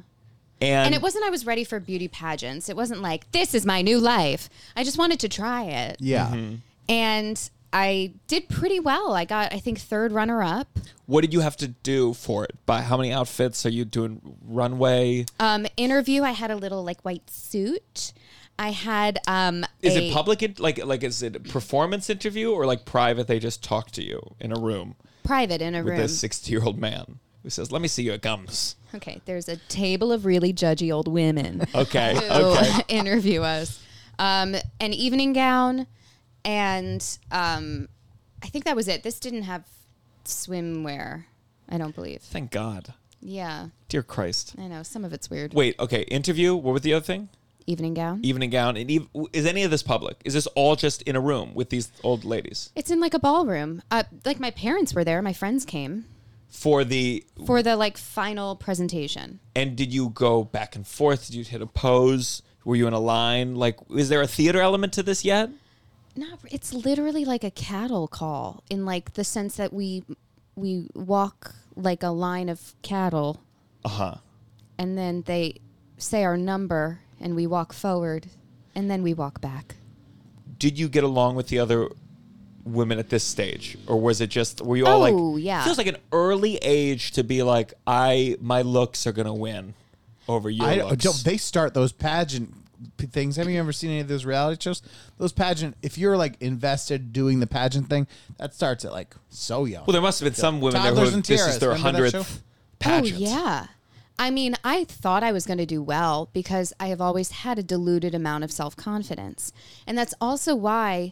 A: And,
C: And it wasn't I was ready for beauty pageants. It wasn't like this is my new life. I just wanted to try it.
B: Yeah.
A: Mm-hmm.
C: And I did pretty well. I got I think third runner up.
A: What did you have to do for it? By how many outfits are you doing? Runway?
C: Um interview I had a little like white suit. I had um
A: is
C: a-
A: it public? in- Like, like is it a performance interview or like private? They just talk to you in a room
C: private in a
A: with
C: room.
A: this sixty-year-old man who says, "Let me see your gums."
C: Okay, there's a table of really judgy old women
A: Okay,
C: who interview us. Um, an evening gown, and um, I think that was it. This didn't have swimwear, I don't believe.
A: Thank God,
C: Yeah,
A: dear Christ.
C: I know some of it's weird.
A: Wait, okay. Interview. What was the other thing?
C: Evening gown.
A: Evening gown. And eve- is any of this public? Is this all just in a room with these old ladies
C: It's in like a ballroom. Uh, like my parents were there. My friends came
A: for the?
C: for the like final presentation.
A: And did you go back and forth? Did you hit a pose? Were you in a line? Like, is there a theater element to this yet?
C: Not. It's literally like a cattle call in like the sense that we we walk like a line of cattle
A: Uh
C: Uh-huh.
A: huh.
C: and then they say our number and we walk forward and then we walk back.
A: did you get along with the other women at this stage, or was it just were you all like?
C: Oh, yeah.
A: feels like an early age to be like, I my looks are gonna win over your
B: I
A: looks.
B: don't, don't- they start those pageant p- things. Have you ever seen any of those reality shows? Those pageant, if you're like invested doing the pageant thing, that starts at like so young.
A: well, there must have been some women there
B: Toddlers
A: who
B: and
A: this is
B: Tiaras,
A: their
B: remember that show?
A: hundredth pageant.
C: Oh yeah. I mean, I thought I was going to do well because I have always had a diluted amount of self-confidence. And that's also why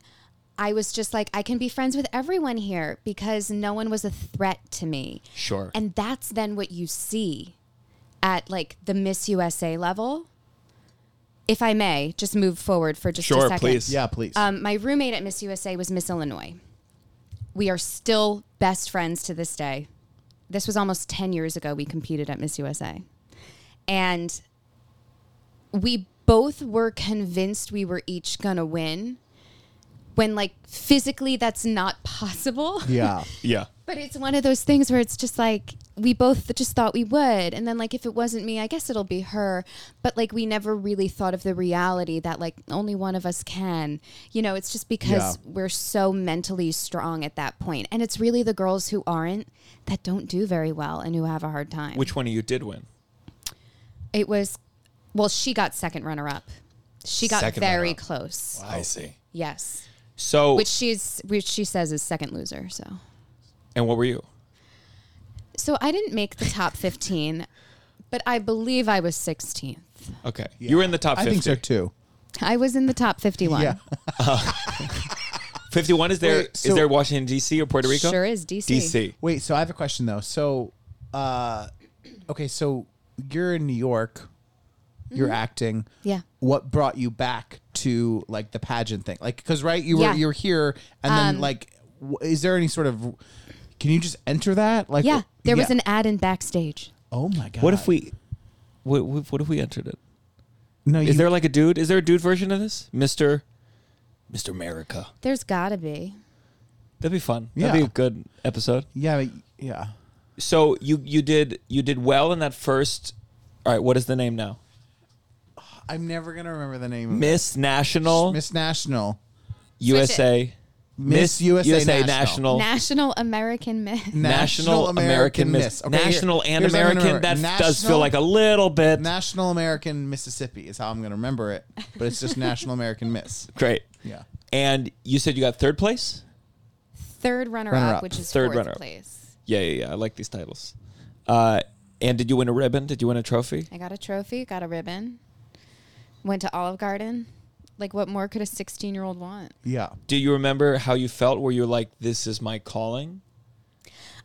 C: I was just like I can be friends with everyone here because no one was a threat to me.
A: Sure.
C: And that's then what you see at like the Miss USA level. If I may, just move forward for just a
A: Sure,
C: second.
A: please.
B: yeah, please.
C: Um, my roommate at Miss USA was Miss Illinois. We are still best friends to this day. This was almost 10 years ago we competed at Miss USA. And we both were convinced we were each going to win when, like, physically that's not possible.
B: yeah.
A: yeah.
C: But it's one of those things where it's just like we both just thought we would. And then, like, if it wasn't me, I guess it'll be her. But, like, we never really thought of the reality that, like, only one of us can. You know, it's just
B: Yeah.
C: because we're so mentally strong at that point. And it's really the girls who aren't that don't do very well and who have a hard time.
A: Which one of you did win?
C: it was, well, she got second runner up. She got
A: Second
C: very
A: runner-up.
C: close.
A: I see.
C: Yes.
A: So
C: Which she's, which she says is second loser. So.
A: and what were you?
C: So I didn't make the top 15, but I believe I was 16th.
A: Okay, you were in the top. 50.
B: I think so too.
C: I was in the top 51.
B: Yeah.
A: Fifty-one is there. Is
B: Wait, so-
A: there Washington D.C. or Puerto Rico?
C: Sure is DC.
A: D.C.
B: Wait, so I have a question though. So, uh, okay, so you're in New York, you're
C: Mm-hmm.
B: acting.
C: Yeah.
B: What brought you back to like the pageant thing? Like, because right, you were
C: Yeah. Um,
B: you were here, and then like, w- is there any sort of? Can you just enter that? Like,
C: Yeah, there was
B: yeah.
C: an ad in backstage.
B: Oh my god!
A: What if we? What, what if we entered it?
B: No, you,
A: Is there like a dude? Is there a dude version of this, Mister? Mister America.
C: There's got to be.
A: That'd be fun.
B: Yeah.
A: That'd be a good episode.
B: Yeah, but- yeah.
A: So you you did you did well in that first. All right, what is the name now?
B: I'm never gonna remember the name. of it.
A: Miss National
B: Miss National,
A: USA.
B: Miss USA
A: National.
B: National.
C: National American
B: Mm.
C: Myth.
A: National American Miss.
B: Miss. Okay, here-
A: National and
B: here's what I'm gonna
A: American. That
B: remember.
A: does feel
B: National-
A: like a little bit.
B: National American Mississippi is how I'm going to remember it, but it's just National American Miss.
A: Great.
B: Yeah.
A: And you said you got third place?
C: Third runner, up,
B: Runner-up.
C: which is
A: Third
C: fourth
A: runner-up.
C: place.
A: Yeah, yeah, yeah. I like these titles. Uh, and did you win a ribbon? Did you win a trophy?
C: I got a trophy, got a ribbon, went to Olive Garden. Like, what more could a 16 year old want?
B: Yeah.
A: Do you remember how you felt? Were you like, this is my calling?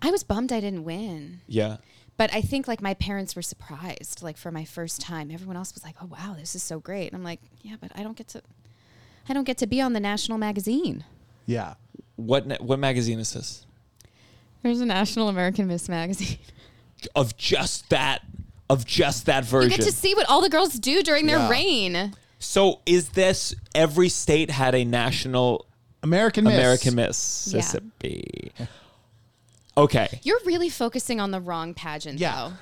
C: I was bummed I didn't win.
A: Yeah.
C: But I think like my parents were surprised, like for my first time. Everyone else was like, "Oh wow, this is so great." And I'm like, "Yeah, but I don't get to, I don't get to be on the national magazine."
B: Yeah.
A: What na- what magazine is this?
C: There's a National American Miss magazine.
A: Of just that of just that
C: You
A: version.
C: get to see what all the girls do during their
B: Yeah.
C: reign.
A: so is this every state had a national
B: American Miss.
A: American Mississippi? Okay.
C: You're really focusing on the wrong pageant,
B: Yeah.
C: though.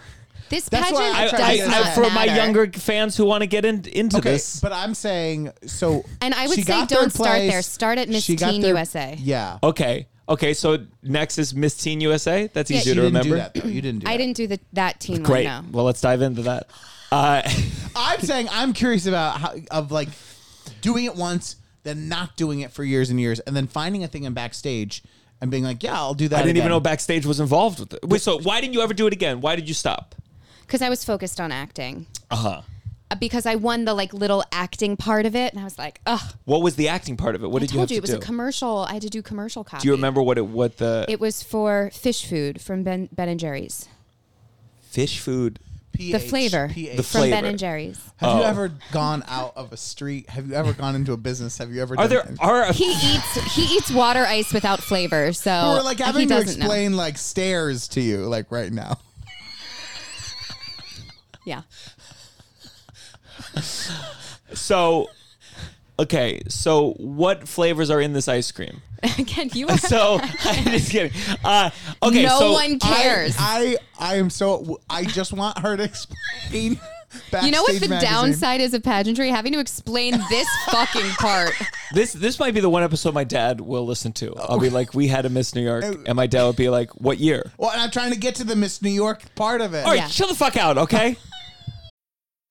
C: This
B: That's why
C: pageant
B: I-
C: does
A: I,
C: not
A: I, for my
C: matter.
A: younger fans who want to get in, into
B: Okay,
A: this,
B: but I'm saying so.
C: And I would
B: she
C: say
B: got
C: don't
B: third
C: start
B: place.
C: there. Start at Miss
B: She got
C: Teen
B: third-
C: USA.
B: Yeah. Oh,
A: Okay. Okay. So next is Miss Teen USA. That's
C: Yeah,
A: easy
B: you
A: to
B: didn't
A: remember.
B: do that though. You didn't do
C: I
B: that.
C: didn't do the that teen
A: Great.
C: one. No.
A: Well, let's dive into that. Uh,
B: I'm saying I'm curious about how of like doing it once, then not doing it for years and years, and then finding a thing in backstage and being like, yeah, I'll do that.
A: I didn't even
B: again.
A: know backstage was involved with it. Wait, so why didn't you ever do it again? Why did you stop?
C: because I was focused on acting.
A: Uh huh.
C: Uh, Because I won the like little acting part of it, and I was like, "Ugh,
A: What was the acting part of it? What
C: I
A: did you
C: told
A: have
C: you,
A: to
C: it was
A: do?
C: a commercial. I had to do commercial copy.
A: do you remember what it what the
C: It was for fish food from Ben, ben and Jerry's.
A: fish food?
C: The flavor
B: PH.
A: The
C: from Ben
A: flavor.
C: and Jerry's.
B: Have you
A: Oh.
B: ever gone out of a street? Have you ever gone into a business? Have you ever?
A: Are
B: done
A: there
B: anything?
A: are
C: He eats he eats water ice without flavor, so
B: We're like
C: he
B: having to
C: doesn't
B: explain like stairs to you, like right now.
C: know. Yeah,
A: so okay? So what flavors are in this ice cream?
C: again, you are
A: So I'm just kidding. Uh, okay,
C: no
A: so
C: one cares.
B: I, I I am so I just want her to explain
C: You know what
B: Backstage
C: the
B: magazine.
C: downside is of pageantry? Having to explain this fucking part.
A: uh, This this might be the one episode my dad will listen to. I'll be like, we had a Miss New York, and my dad would be like, what year?
B: Well, and I'm trying to get to the Miss New York part of it.
A: All right,
C: Yeah.
A: chill the fuck out, okay?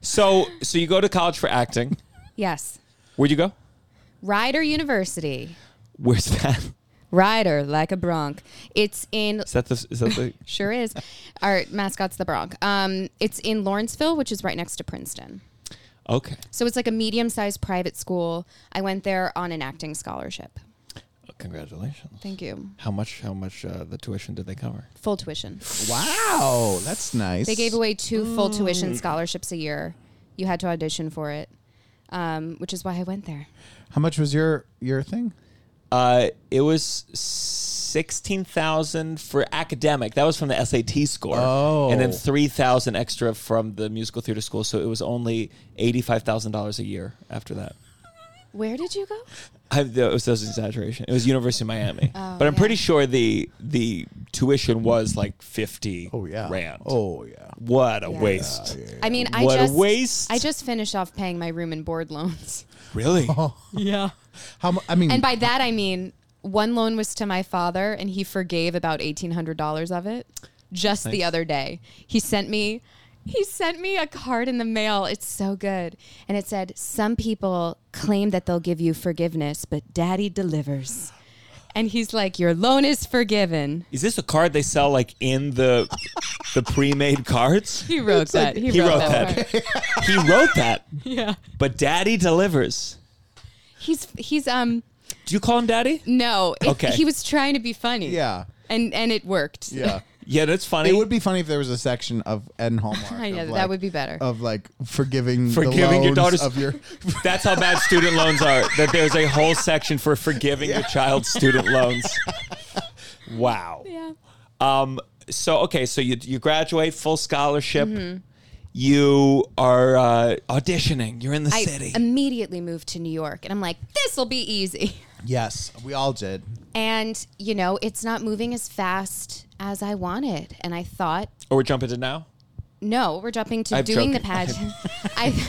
A: So so you go to college for acting.
C: Yes.
A: Where'd you go?
C: Rider University.
A: Where's that?
C: Rider, like a Bronc. It's in
A: Is that the is that the
C: Sure is. Our mascot's the Bronc. Um, it's in Lawrenceville, which is right next to Princeton.
A: Okay.
C: So it's like a medium sized private school. I went there on an acting scholarship.
A: Congratulations.
C: Thank you.
A: How much how much uh, the tuition did they cover?
C: Full tuition.
B: Wow, Oh, that's nice.
C: They gave away two full tuition scholarships a year. You had to audition for it, um, which is why I went there.
B: How much was your your thing?
A: Uh, it was sixteen thousand for academic. That was from the SAT score.
B: Oh.
A: and then three thousand extra from the musical theater school. So it was only eighty five thousand dollars a year after that.
C: Where did you go?
A: I, that was, that was an exaggeration. It was University of Miami,
C: Oh,
A: but I'm pretty sure the the tuition was like fifty. rand.
B: Oh yeah.
A: what a waste!
C: I mean, I
A: What a
C: just
A: waste.
C: I just finished off paying my room and board loans,
A: Really?
B: Yeah. How mu- I mean,
C: and by that I mean one loan was to my father, and he forgave about eighteen hundred dollars of it just the other day. He sent me. He sent me a card in the mail. It's so good. And it said, Some people claim that they'll give you forgiveness, but daddy delivers. And he's like, Your loan is forgiven.
A: Is this a card they sell like in the the pre made cards?
C: He wrote that. he,
A: he
C: wrote,
A: wrote
C: that.
A: that.
C: part.
A: He wrote that,
C: yeah.
A: but Daddy delivers.
C: He's he's um
A: Do you call him Daddy?
C: no. It,
A: Okay.
C: He was trying to be funny.
B: yeah,
C: And and it worked.
B: yeah.
A: Yeah, that's funny.
B: It would be funny if there was a section of Ed Hallmark.
C: I know,
B: of
C: that
B: like-
C: would be better.
B: Of like forgiving, the
A: Forgiving your
B: loans
A: daughter's-
B: of your.
A: That's how bad student loans are. That there's a whole section for forgiving your child's student loans. Wow.
C: Yeah.
A: Um. So okay. So you you graduate full scholarship.
C: Mm-hmm.
A: You are uh, auditioning. You're in the
C: I
A: city.
C: immediately moved to New York and I'm like, this will be easy.
B: yes, we all did.
C: And, you know, it's not moving as fast as I wanted. And I thought,
A: or we're jumping to now.
C: no, we're jumping to
A: I'm
C: doing the
A: joking.
C: pageant. I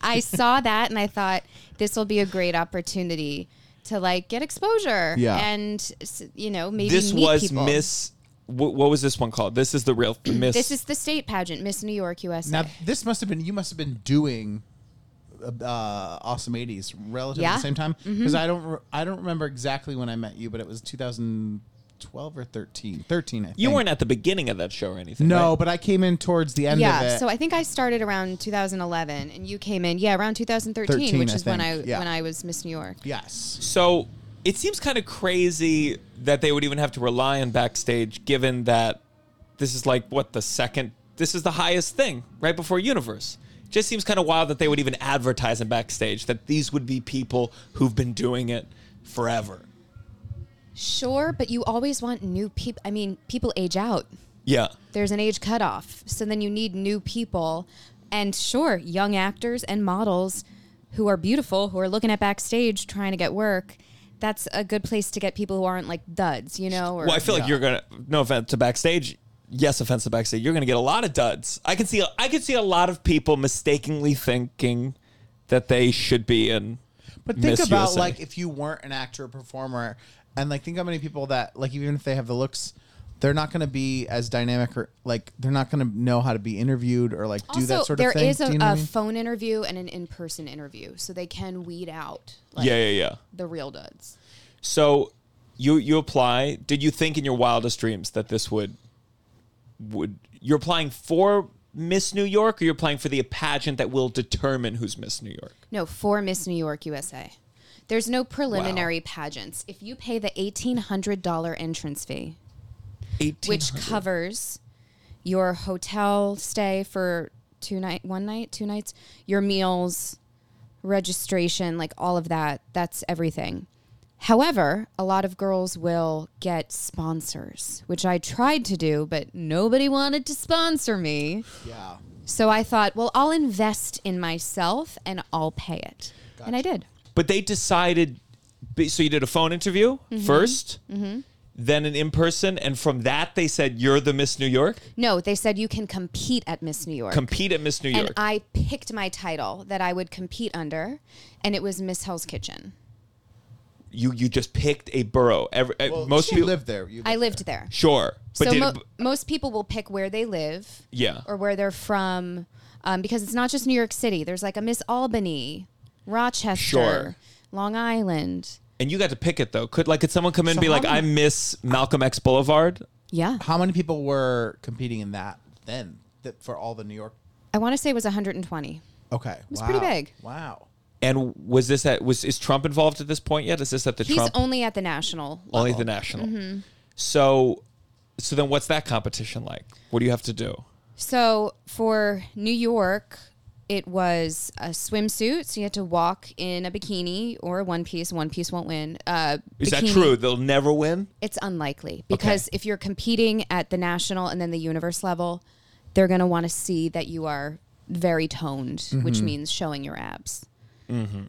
C: I saw that and I thought this will be a great opportunity to like get exposure
B: Yeah.
C: and s- you know maybe
A: This
C: meet
A: was
C: people.
A: Miss. What, what was this one called? This is the real Miss.
C: This is the state pageant, Miss New York USA.
B: Now this must have been you must have been doing uh, awesome 80s relatively
C: Yeah. Mm-hmm.
B: the same time because I don't re- I don't remember exactly when I met you but it was 2012 or 13 13 I think.
A: you weren't at the beginning of that show or anything.
B: No,
A: right?
B: but I came in towards the end of
C: yeah,
B: it.
C: so I think I started around 2011, and you came in, yeah, around 2013,
B: 13,
C: which
B: I
C: is when I
B: think. Yeah.
C: when I was Miss New York.
B: yes.
A: So it seems kind of crazy that they would even have to rely on backstage, given that this is like what the second, this is the highest thing right before Universe. Just seems kind of wild that they would even advertise in backstage that these would be people who've been doing it forever.
C: Sure, but you always want new people. I mean, people age out.
A: Yeah.
C: There's an age cutoff, so then you need new people, and sure, young actors and models who are beautiful, who are looking at backstage trying to get work. That's a good place to get people who aren't like duds, you know. Or,
A: Well, I feel like you're gonna. No offense to backstage. Yes, offense to backstage. You're gonna get a lot of duds. I can see. I can see a lot of people mistakenly thinking that they should be in.
B: But think
A: Miss
B: about
A: USA.
B: like if you weren't an actor or performer and like think how many people that like even if they have the looks they're not going to be as dynamic or like they're not going to know how to be interviewed or like do that sort
C: there
B: of thing.
C: is a,
B: Do you know what
C: a
B: I mean?
C: phone interview and an in-person interview, so they can weed out like,
A: yeah, yeah, yeah.
C: the real duds.
A: So you you apply. Did you think in your wildest dreams that this would would you're applying for Miss New York or you're applying for the pageant that will determine who's Miss New York?
C: No, for Miss New York USA. There's no preliminary pageants. If you pay the $1,800 entrance fee, which covers your hotel stay for two night, one night, two nights, your meals, registration, like all of that. That's everything. However, a lot of girls will get sponsors, which I tried to do, but nobody wanted to sponsor me.
B: Yeah.
C: So I thought, well, I'll invest in myself and I'll pay it. And I did.
A: But they decided. b- So you did a phone interview
C: Mm-hmm.
A: 1st then an in person, and from that they said you're the Miss New York.
C: No, they said you can compete at Miss New York.
A: Compete at Miss New York.
C: And I picked my title that I would compete under, and it was Miss Hell's Kitchen.
A: you you just picked a borough. Every, uh, most
B: you
A: people
B: live there. You
C: I lived there.
A: Sure, but
C: so
A: did,
C: mo- most people will pick where they live
A: yeah.
C: or where they're from um, because it's not just New York City. There's like a Miss Albany, Rochester,
A: Sure.
C: Long Island.
A: and you got to pick it though. Could like could someone come in and
B: So
A: be
B: how
A: like,
B: many-
A: I miss Malcolm X Boulevard?
C: Yeah.
B: How many people were competing in that then that for all the New York?
C: I want to say it was 120.
B: Okay. It
C: was pretty big.
B: Wow.
A: And was this at was is Trump involved at this point yet? Is this at the
C: He's
A: Trump Oh.
C: only Mm-hmm. at the national.
A: only the national? So, so then what's that competition like? What do you have to do?
C: So for New York, it was a swimsuit. So you had to walk in a bikini or a one piece. One piece won't win. Uh,
A: Is that
C: bikini.
A: true? They'll never win.
C: It's unlikely because if you're competing at the national and then the universe level, they're going to want to see that you are very toned, which means showing your abs.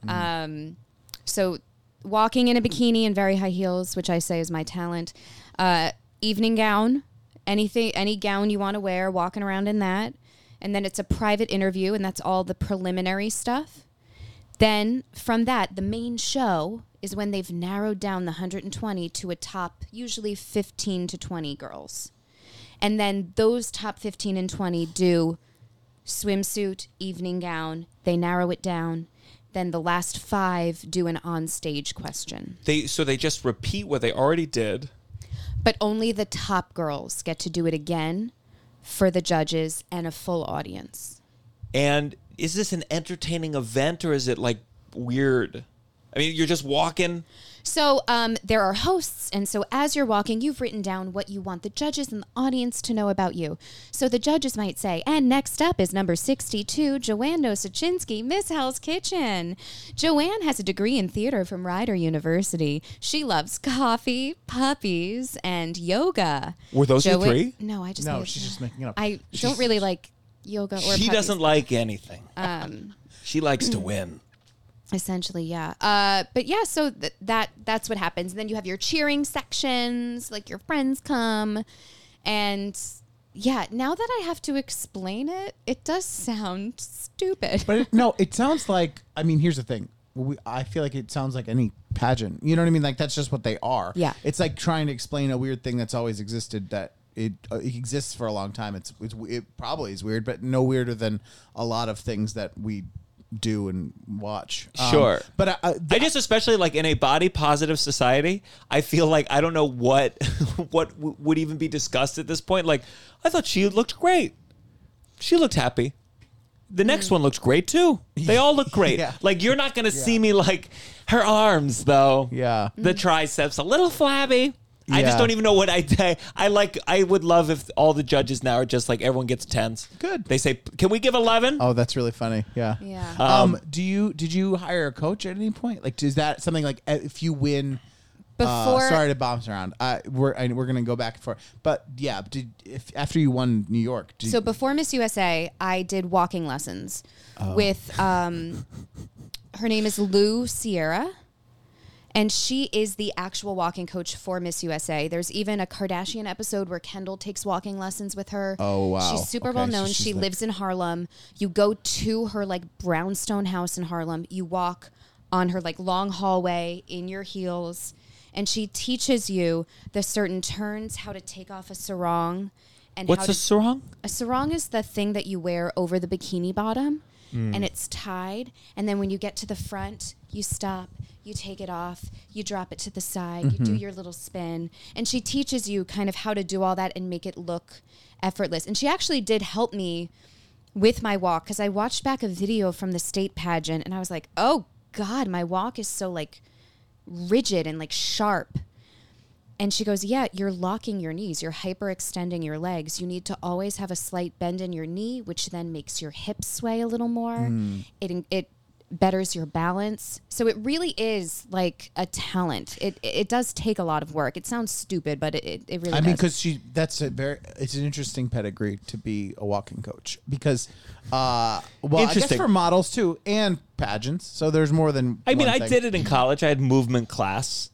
C: Um, so, walking in a bikini and very high heels, which I say is my talent, uh, evening gown, anything, any gown you want to wear, walking around in that. And then it's a private interview, and that's all the preliminary stuff. Then from that, the main show is when they've narrowed down the 120 to a top, usually 15 to 20 girls. And then those top 15 and 20 do swimsuit, evening gown, they narrow it down. Then the last five do an on stage question.
A: They so they just repeat what they already did.
C: But only the top girls get to do it again for the judges and a full audience.
A: And is this an entertaining event or is it like weird? I mean, you're just walking.
C: So um, there are hosts, and so as you're walking, you've written down what you want the judges and the audience to know about you. So the judges might say, "And next up is number 62, Joanne Nosachinsky, Miss Hell's Kitchen. Joanne has a degree in theater from Rider University. She loves coffee, puppies, and yoga."
A: Were those your
C: Joa-
A: three?
C: No, I just
B: No,
C: made up
B: she's
C: that.
B: just making it up.
C: I don't really like yoga or
A: she
C: puppies. Um,
A: doesn't like anything. she likes to win.
C: Essentially, yeah. Uh, but yeah, so th- that that's what happens. And then you have your cheering sections, like your friends come, and yeah. Now that I have to explain it, it does sound stupid.
B: But uh, it, no, it sounds like. I mean, here's the thing. We, I feel like it sounds like any pageant. You know what I mean? Like that's just what they are.
C: Yeah.
B: It's like trying to explain a weird thing that's always existed that it, uh, it exists for a long time. It's, it's it probably is weird, but no weirder than a lot of things that we do and watch. Um,
A: Sure.
B: But I, I,
A: I just especially like in a body positive society, I feel like I don't know what what w- would even be discussed at this point. Like I thought she looked great. She looked happy. The next one looks great too. They all look great.
B: Mm. Yeah.
A: Like you're not going to see me like her arms though.
B: Yeah.
A: The triceps a little flabby. I
B: Yeah.
A: just don't even know what I I- I like I would love if all the judges now are just like everyone gets 10s.
B: Good.
A: They say, "Can we give 11?"
B: Oh, that's really funny. Yeah.
C: Yeah.
B: Um, do you did you hire a coach at any point? Like, is that something like uh, if you win? uh,
C: Before-
B: sorry to bounce around. Uh, we're I, we're gonna go back and forth. But yeah, did if after you won New York? Did
C: So before Miss USA, I did walking lessons
B: Oh.
C: with um, her name is Lou Sierra, and she is the actual walking coach for Miss USA. There's even a Kardashian episode where Kendall takes walking lessons with her.
B: Oh, wow.
C: She's super
B: Okay,
C: well
B: so
C: known.
B: she's
C: she
B: like-
C: lives in Harlem. You go to her like brownstone house in Harlem. You walk on her like long hallway in your heels. And she teaches you the certain turns, how to take off a sarong, and
A: What's
C: how
A: the
C: to
A: wrong?
C: a sarong is the thing that you wear over the bikini bottom and it's tied. And then when you get to the front, you stop, you take it off, you drop it to the side, you do your little spin. And she teaches you kind of how to do all that and make it look effortless. And she actually did help me with my walk because I watched back a video from the state pageant and I was like, oh God, my walk is so like rigid and like sharp. And she goes, Yeah, you're locking your knees. You're hyperextending your legs. You need to always have a slight bend in your knee, which then makes your hips sway a little more.
B: Hmm.
C: It, it betters your balance. So it really is like a talent. It, it does take a lot of work. It sounds stupid, but it, it, it really
B: I mean,
C: does.
B: because she that's a very it's an interesting pedigree to be a walking coach because, uh, well, I guess
A: Interesting.
B: for models too and pageants. So there's more than
A: I mean,
B: one
A: I
B: thing.
A: did it in college. I had movement class.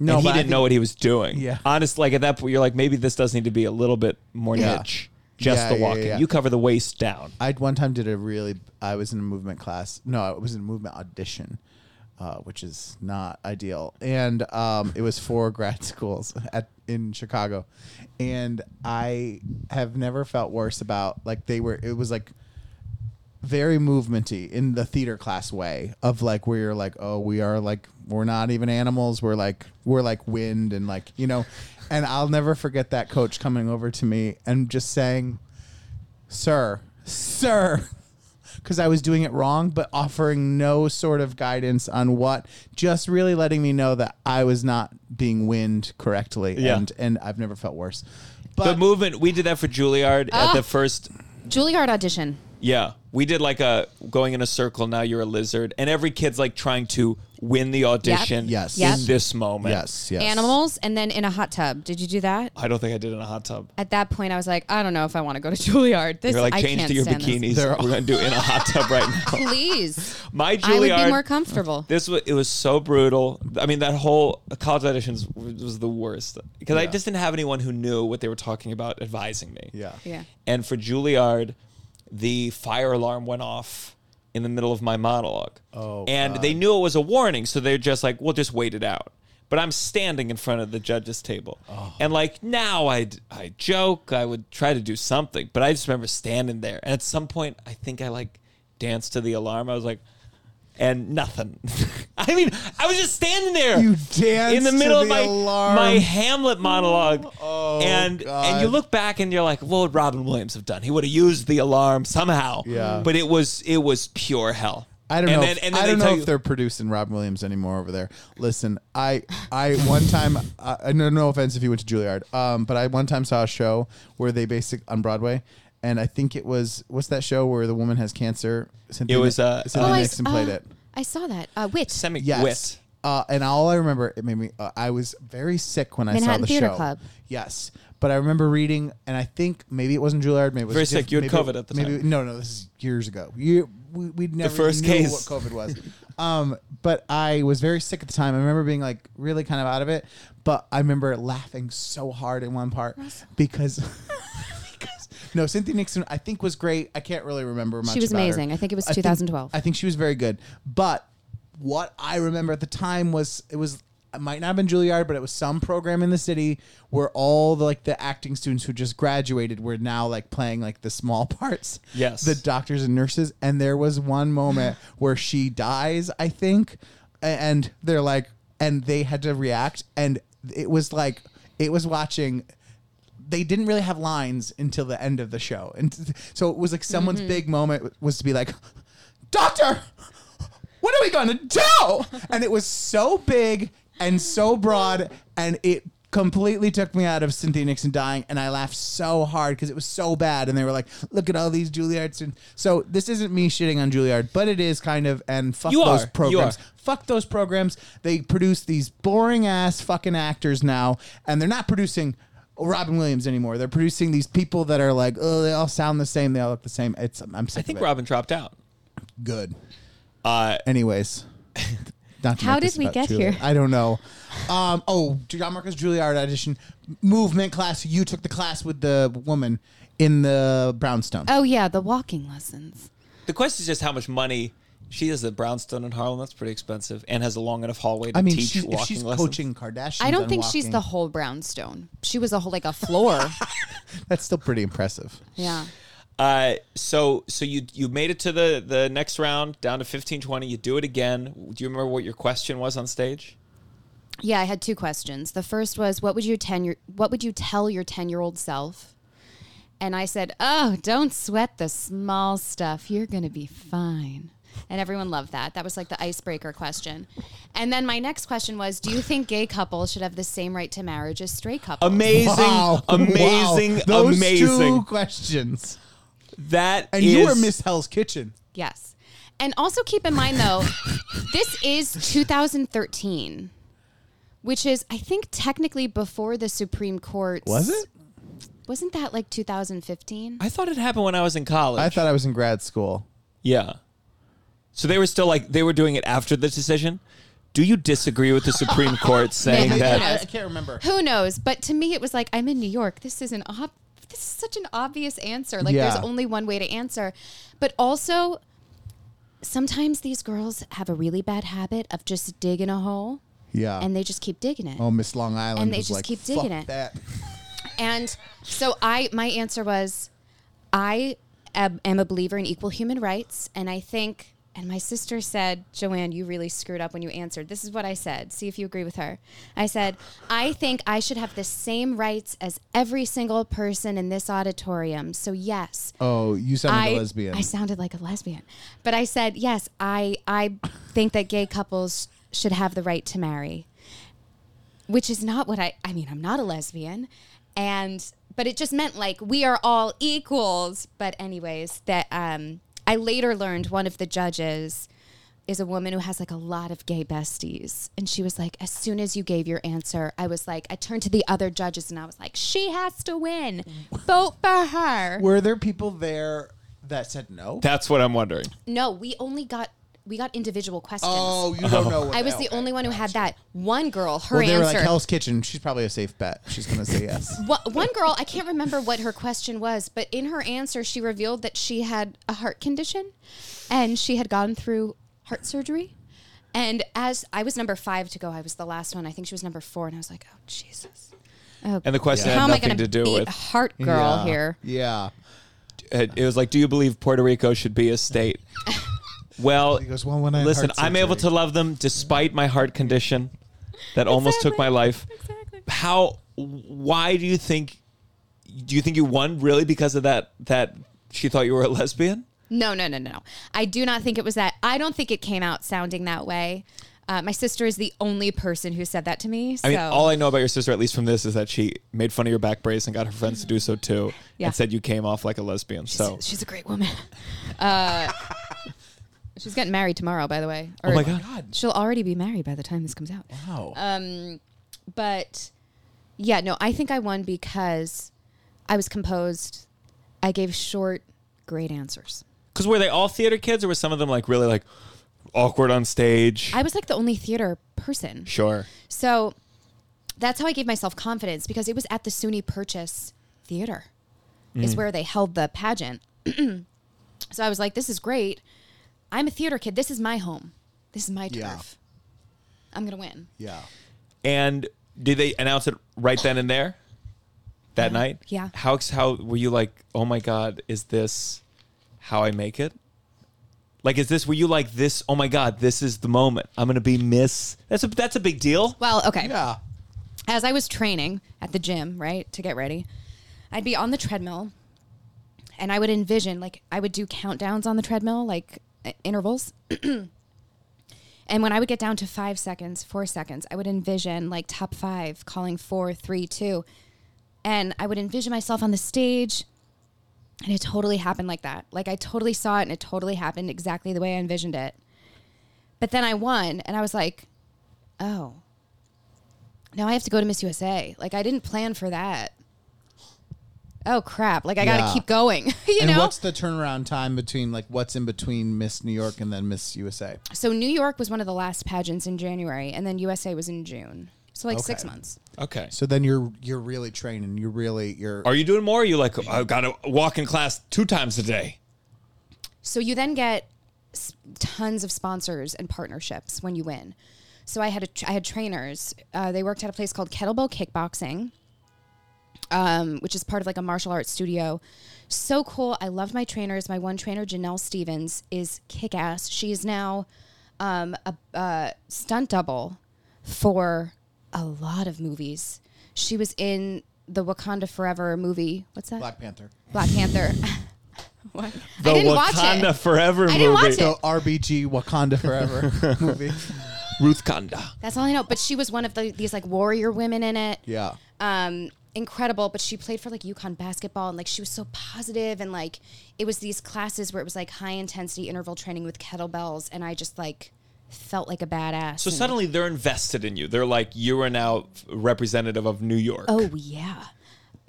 B: No,
A: and he
B: but I
A: didn't
B: think-
A: know what he was doing.
B: Yeah.
A: honest. Like at that point, you're like, maybe this does need to be a little bit more
B: Yeah.
A: niche. Just
B: Yeah,
A: the
B: yeah,
A: walking.
B: yeah.
A: You cover the waist down.
B: I one time did a really. I was in a movement class. No, I was in a movement audition, uh, which is not ideal. And um, it was for grad schools at in Chicago, and I have never felt worse about like they were. It was like very movementy in the theater class way of like where you're like oh we are like we're not even animals we're like we're like wind and like you know and i'll never forget that coach coming over to me and just saying sir, sir, because I was doing it wrong, but offering no sort of guidance on what, just really letting me know that I was not being wind correctly.
A: Yeah.
B: And, and I've never felt worse.
A: the
B: But
A: movement we did that for Juilliard
C: Ah.
A: at the first.
C: Juilliard audition.
A: Yeah, we did like a going in a circle. Now you're a lizard, and every kid's like trying to win the audition.
B: Yes.
C: Yep.
A: in this moment.
B: yes, yes.
C: Animals and then in a hot tub. Did you do that?
A: I don't think I did it in a hot tub.
C: At that point, I was like, I don't know if I want to go to Juilliard. This
A: You're like
C: I
A: change
C: can't
A: to your
C: stand this.
A: bikinis.
B: They're
A: We're
B: all-
A: gonna do it in a hot tub right now.
C: Please,
A: My Juilliard.
C: I would be more comfortable.
A: This was it was so brutal. I mean, that whole college auditions was the worst because I just didn't have anyone who knew what they were talking about advising me.
B: Yeah.
C: Yeah.
A: And for Juilliard, the fire alarm went off in the middle of my monologue.
B: Oh,
A: and they knew it was a warning, so they're just like, "We'll just wait it out." But I'm standing in front of the judges' table,
B: Oh.
A: and like now I I joke, I would try to do something, but I just remember standing there. And at some point, I think I like danced to the alarm. I was like. And nothing. I mean, I was just standing there.
B: You danced
A: in the middle
B: to
A: of
B: the
A: my
B: alarm.
A: my Hamlet monologue.
B: Oh,
A: and and you
B: God.
A: look look back and you're like, what would Robin Williams have done? He would have used the alarm somehow.
B: Yeah.
A: But it was it was pure hell.
B: I don't
A: and
B: know.
A: Then,
B: if,
A: and then
B: I
A: they
B: don't
A: tell
B: know
A: you,
B: if they're producing Rob Williams anymore over there. Listen, I I one time I I- no no offense if you went to Juilliard, um, but I one time saw a show where they basic on Broadway, and I think it was what's that show where the woman has cancer? Cynthia
A: It was,
B: Ni-
A: uh,
B: Cynthia
A: Oh,
C: I-
B: Nixon played
C: uh,
B: it.
C: I saw that. Uh, which
A: semi
B: Yes.
A: wit.
B: Uh, and all I remember, it made me. Uh, I was very sick when I saw
C: Manhattan
B: the
C: Theater
B: show.
C: Club.
B: Yes, but I remember reading, and I think maybe it wasn't Juilliard. Maybe it was
A: Very
B: a diff-
A: sick. You had
B: maybe-
A: COVID at the
B: maybe,
A: time.
B: No, no, this is years ago. You, we, we'd never
A: first
B: even knew
A: case.
B: what COVID was. um, but I was very sick at the time. I remember being like really kind of out of it, but I remember laughing so hard in one part because. because- No, Cynthia Nixon, I think was great. I can't really remember much.
C: She was
B: about her.
C: amazing. I think it was 2012.
B: I think she was very good. But what I remember at the time was it was it might not have been Juilliard, but it was some program in the city where all the like the acting students who just graduated were now like playing like the small parts.
A: Yes.
B: The doctors and nurses. And there was one moment where she dies, I think. a- And they're like and they had to react and it was like it was watching they didn't really have lines until the end of the show. And t- so it was like someone's
A: Mm-hmm.
B: big moment was to be like, Doctor, what are we going to do? And it was so big and so broad, and it completely took me out of Cynthia Nixon dying. And I laughed so hard because it was so bad. And they were like, look at all these Juilliard students. So this isn't me shitting on Juilliard, but it is kind of, and fuck
A: You are.
B: those
A: You
B: programs.
A: are.
B: Fuck those programs. They produce these boring ass fucking actors now, and they're not producing Robin Williams anymore. They're producing these people that are like, oh, they all sound the same. They all look the same. It's I'm sick
A: I think
B: of it.
A: Robin dropped out.
B: good.
A: Uh,
B: Anyways, not to
C: How
B: make
C: did
B: this
C: we
B: about
C: get
B: Juilliard.
C: here?
B: I don't know. Um, oh, John Marcus Juilliard audition movement class. You took the class with the woman in the brownstone.
C: oh yeah, the walking lessons.
A: the question is just how much money she has at Brownstone in Harlem. That's pretty expensive, and has a long enough hallway to
B: I mean,
A: teach
B: she, if
A: walking
B: she's
A: lessons.
B: coaching Kardashian.
C: I don't think she's the whole brownstone. She was a whole like a floor.
B: That's still pretty impressive.
C: yeah.
A: Uh, so so you you made it to the the next round down to fifteen twenty. You do it again. Do you remember what your question was on stage?
C: Yeah, I had two questions. The first was, what would you ten your, what would you tell your ten year old self? And I said, oh, don't sweat the small stuff. You're gonna be fine. And everyone loved that. That was like the icebreaker question. And then my next question was Do you think gay couples should have the same right to marriage as straight couples?
A: Amazing, amazing,
B: Wow. Those
A: amazing.
B: two questions.
A: That
B: And you
A: is-
B: were Miss Hell's Kitchen.
C: Yes. And also keep in mind, though, this is 2013, which is, I think, technically before the Supreme Court. Wasn't that like 2015?
A: I thought it happened when I was in college.
B: I thought I was in grad school.
A: yeah. So they were still like they were doing it after the decision. Do you disagree with the Supreme Court saying
C: Yeah.
A: that?
C: I- I
B: can't remember.
C: Who knows? But to me, it was like, I'm in New York. This is an ob- This is such an obvious answer. Like,
B: Yeah.
C: there's only one way to answer. But also, sometimes these girls have a really bad habit of just digging a hole
B: Yeah.
C: and they just keep digging it.
B: oh, Miss Long Island.
C: and they
B: was
C: just
B: like,
C: keep
B: "Fuck
C: digging it."
B: That.
C: And so I, my answer was, I am, am a believer in equal human rights, and I think. And my sister said, Joanne, you really screwed up when you answered. This is what I said. See if you agree with her. I said, I think I should have the same rights as every single person in this auditorium. So, yes,
B: Oh, you sound like
C: I-
B: a lesbian.
C: I sounded like a lesbian, but I said yes. I I think that gay couples should have the right to marry, which is not what I. I mean, I'm not a lesbian, and but it just meant like we are all equals. But anyways, that um, I later learned one of the judges is a woman who has like a lot of gay besties. And she was like, as soon as you gave your answer, I was like, I turned to the other judges and I was like, she has to win.
B: Mm.
C: Vote for her.
B: Were there people there that said no?
A: That's what I'm wondering.
C: No, we only got we got individual questions.
B: oh, you don't know. What
C: I was
B: okay.
C: the only one who had that. One girl, her
B: Well, they were like
C: answer.
B: Hell's Kitchen. She's probably a safe bet. She's gonna say yes.
C: Wha- one girl, I can't remember what her question was, but in her answer, she revealed that she had a heart condition, and she had gone through heart surgery. And as I was number five to go, I was the last one. I think she was number four, and I was like, "Oh Jesus,
B: Oh.
A: And the question
C: how
A: had
C: am I
A: nothing
C: going
A: to do
C: beat
A: with.
C: heart girl
B: yeah.
C: here?"
B: Yeah.
A: It it was like, do you believe Puerto Rico should be a state? Well,
B: goes, "Well, when I had
A: listen,
B: heart
A: I'm able to
B: surgery."
A: love them despite my heart condition that almost took my life. How? Why do you think? Do you think you won really because of that? That she thought you were a lesbian?
C: No, no, no, no. no. I do not think it was that. I don't think it came out sounding that way. Uh, my sister is the only person who said that to me. So.
A: I mean, all I know about your sister, at least from this, is that she made fun of your back brace and got her friends to do so too,
C: Yeah.
A: and said you came off like a lesbian. So,
C: she's a great woman. Uh, she's getting married tomorrow, by the way. Or
A: oh my god,
C: She'll already be married by the time this comes out.
A: wow.
C: Uh, But yeah, no, I think I won because I was composed. I gave short, great answers.
A: Because were they all theater kids, or were some of them like really like awkward on stage?
C: I was like the only theater person.
A: sure.
C: So that's how I gave myself confidence because it was at the SUNY Purchase Theater,
B: Mm.
C: is where they held the pageant. so I was like, this is great. I'm a theater kid. This is my home. This is my turf.
B: Yeah.
C: I'm going to win.
B: Yeah.
A: And did they announce it right then and there that night?
C: Yeah.
A: How ex- how were you like? Oh my god, is this how I make it? Like, is this? Were you like this? Oh my god, this is the moment. I'm gonna be Miss. That's a that's a big deal.
C: Well, okay.
B: Yeah.
C: As I was training at the gym, right, to get ready, I'd be on the treadmill and I would envision, like, I would do countdowns on the treadmill, like uh, intervals. and when I would get down to five seconds, four seconds, I would envision, like, top five, calling four, three, two. And I would envision myself on the stage. And it totally happened like that. Like, I totally saw it and it totally happened exactly the way I envisioned it. But then I won and I was like, oh now I have to go to Miss USA. Like I didn't plan for that. Oh crap! Like I
B: Yeah.
C: gotta keep going. you
B: and
C: know.
B: what's the turnaround time between like what's in between Miss New York and then Miss USA?
C: so New York was one of the last pageants in January, and then USA was in June. So like six
B: Okay.
C: months.
A: Okay.
B: So then you're you're really training. You're really you're.
A: Are you doing more? Are you like I gotta walk in class two times a day?
C: So you then get s- tons of sponsors and partnerships when you win. So I had a tr- I had trainers. Uh, they worked at a place called Kettlebell Kickboxing, um, which is part of like a martial arts studio. So cool! I loved my trainers. My one trainer, Janelle Stevens, is kick ass. She is now um, a, a stunt double for a lot of movies. She was in the Wakanda Forever movie. What's that?
B: Black Panther.
C: Black Panther. What?
A: The
C: I didn't watch
A: Wakanda
C: it.
A: Forever
C: I didn't
A: movie.
C: watch it.
B: The RBG Wakanda Forever movie.
A: Ruth Kanda.
C: That's all I know. But she was one of the, these like warrior women in it.
B: Yeah.
C: um, incredible, but she played for like Yukon basketball and like she was so positive and like it was these classes where it was like high intensity interval training with kettlebells and I just like felt like a badass.
A: So
C: and-
A: suddenly they're invested in you. They're like, you are now representative of New York.
C: Oh yeah.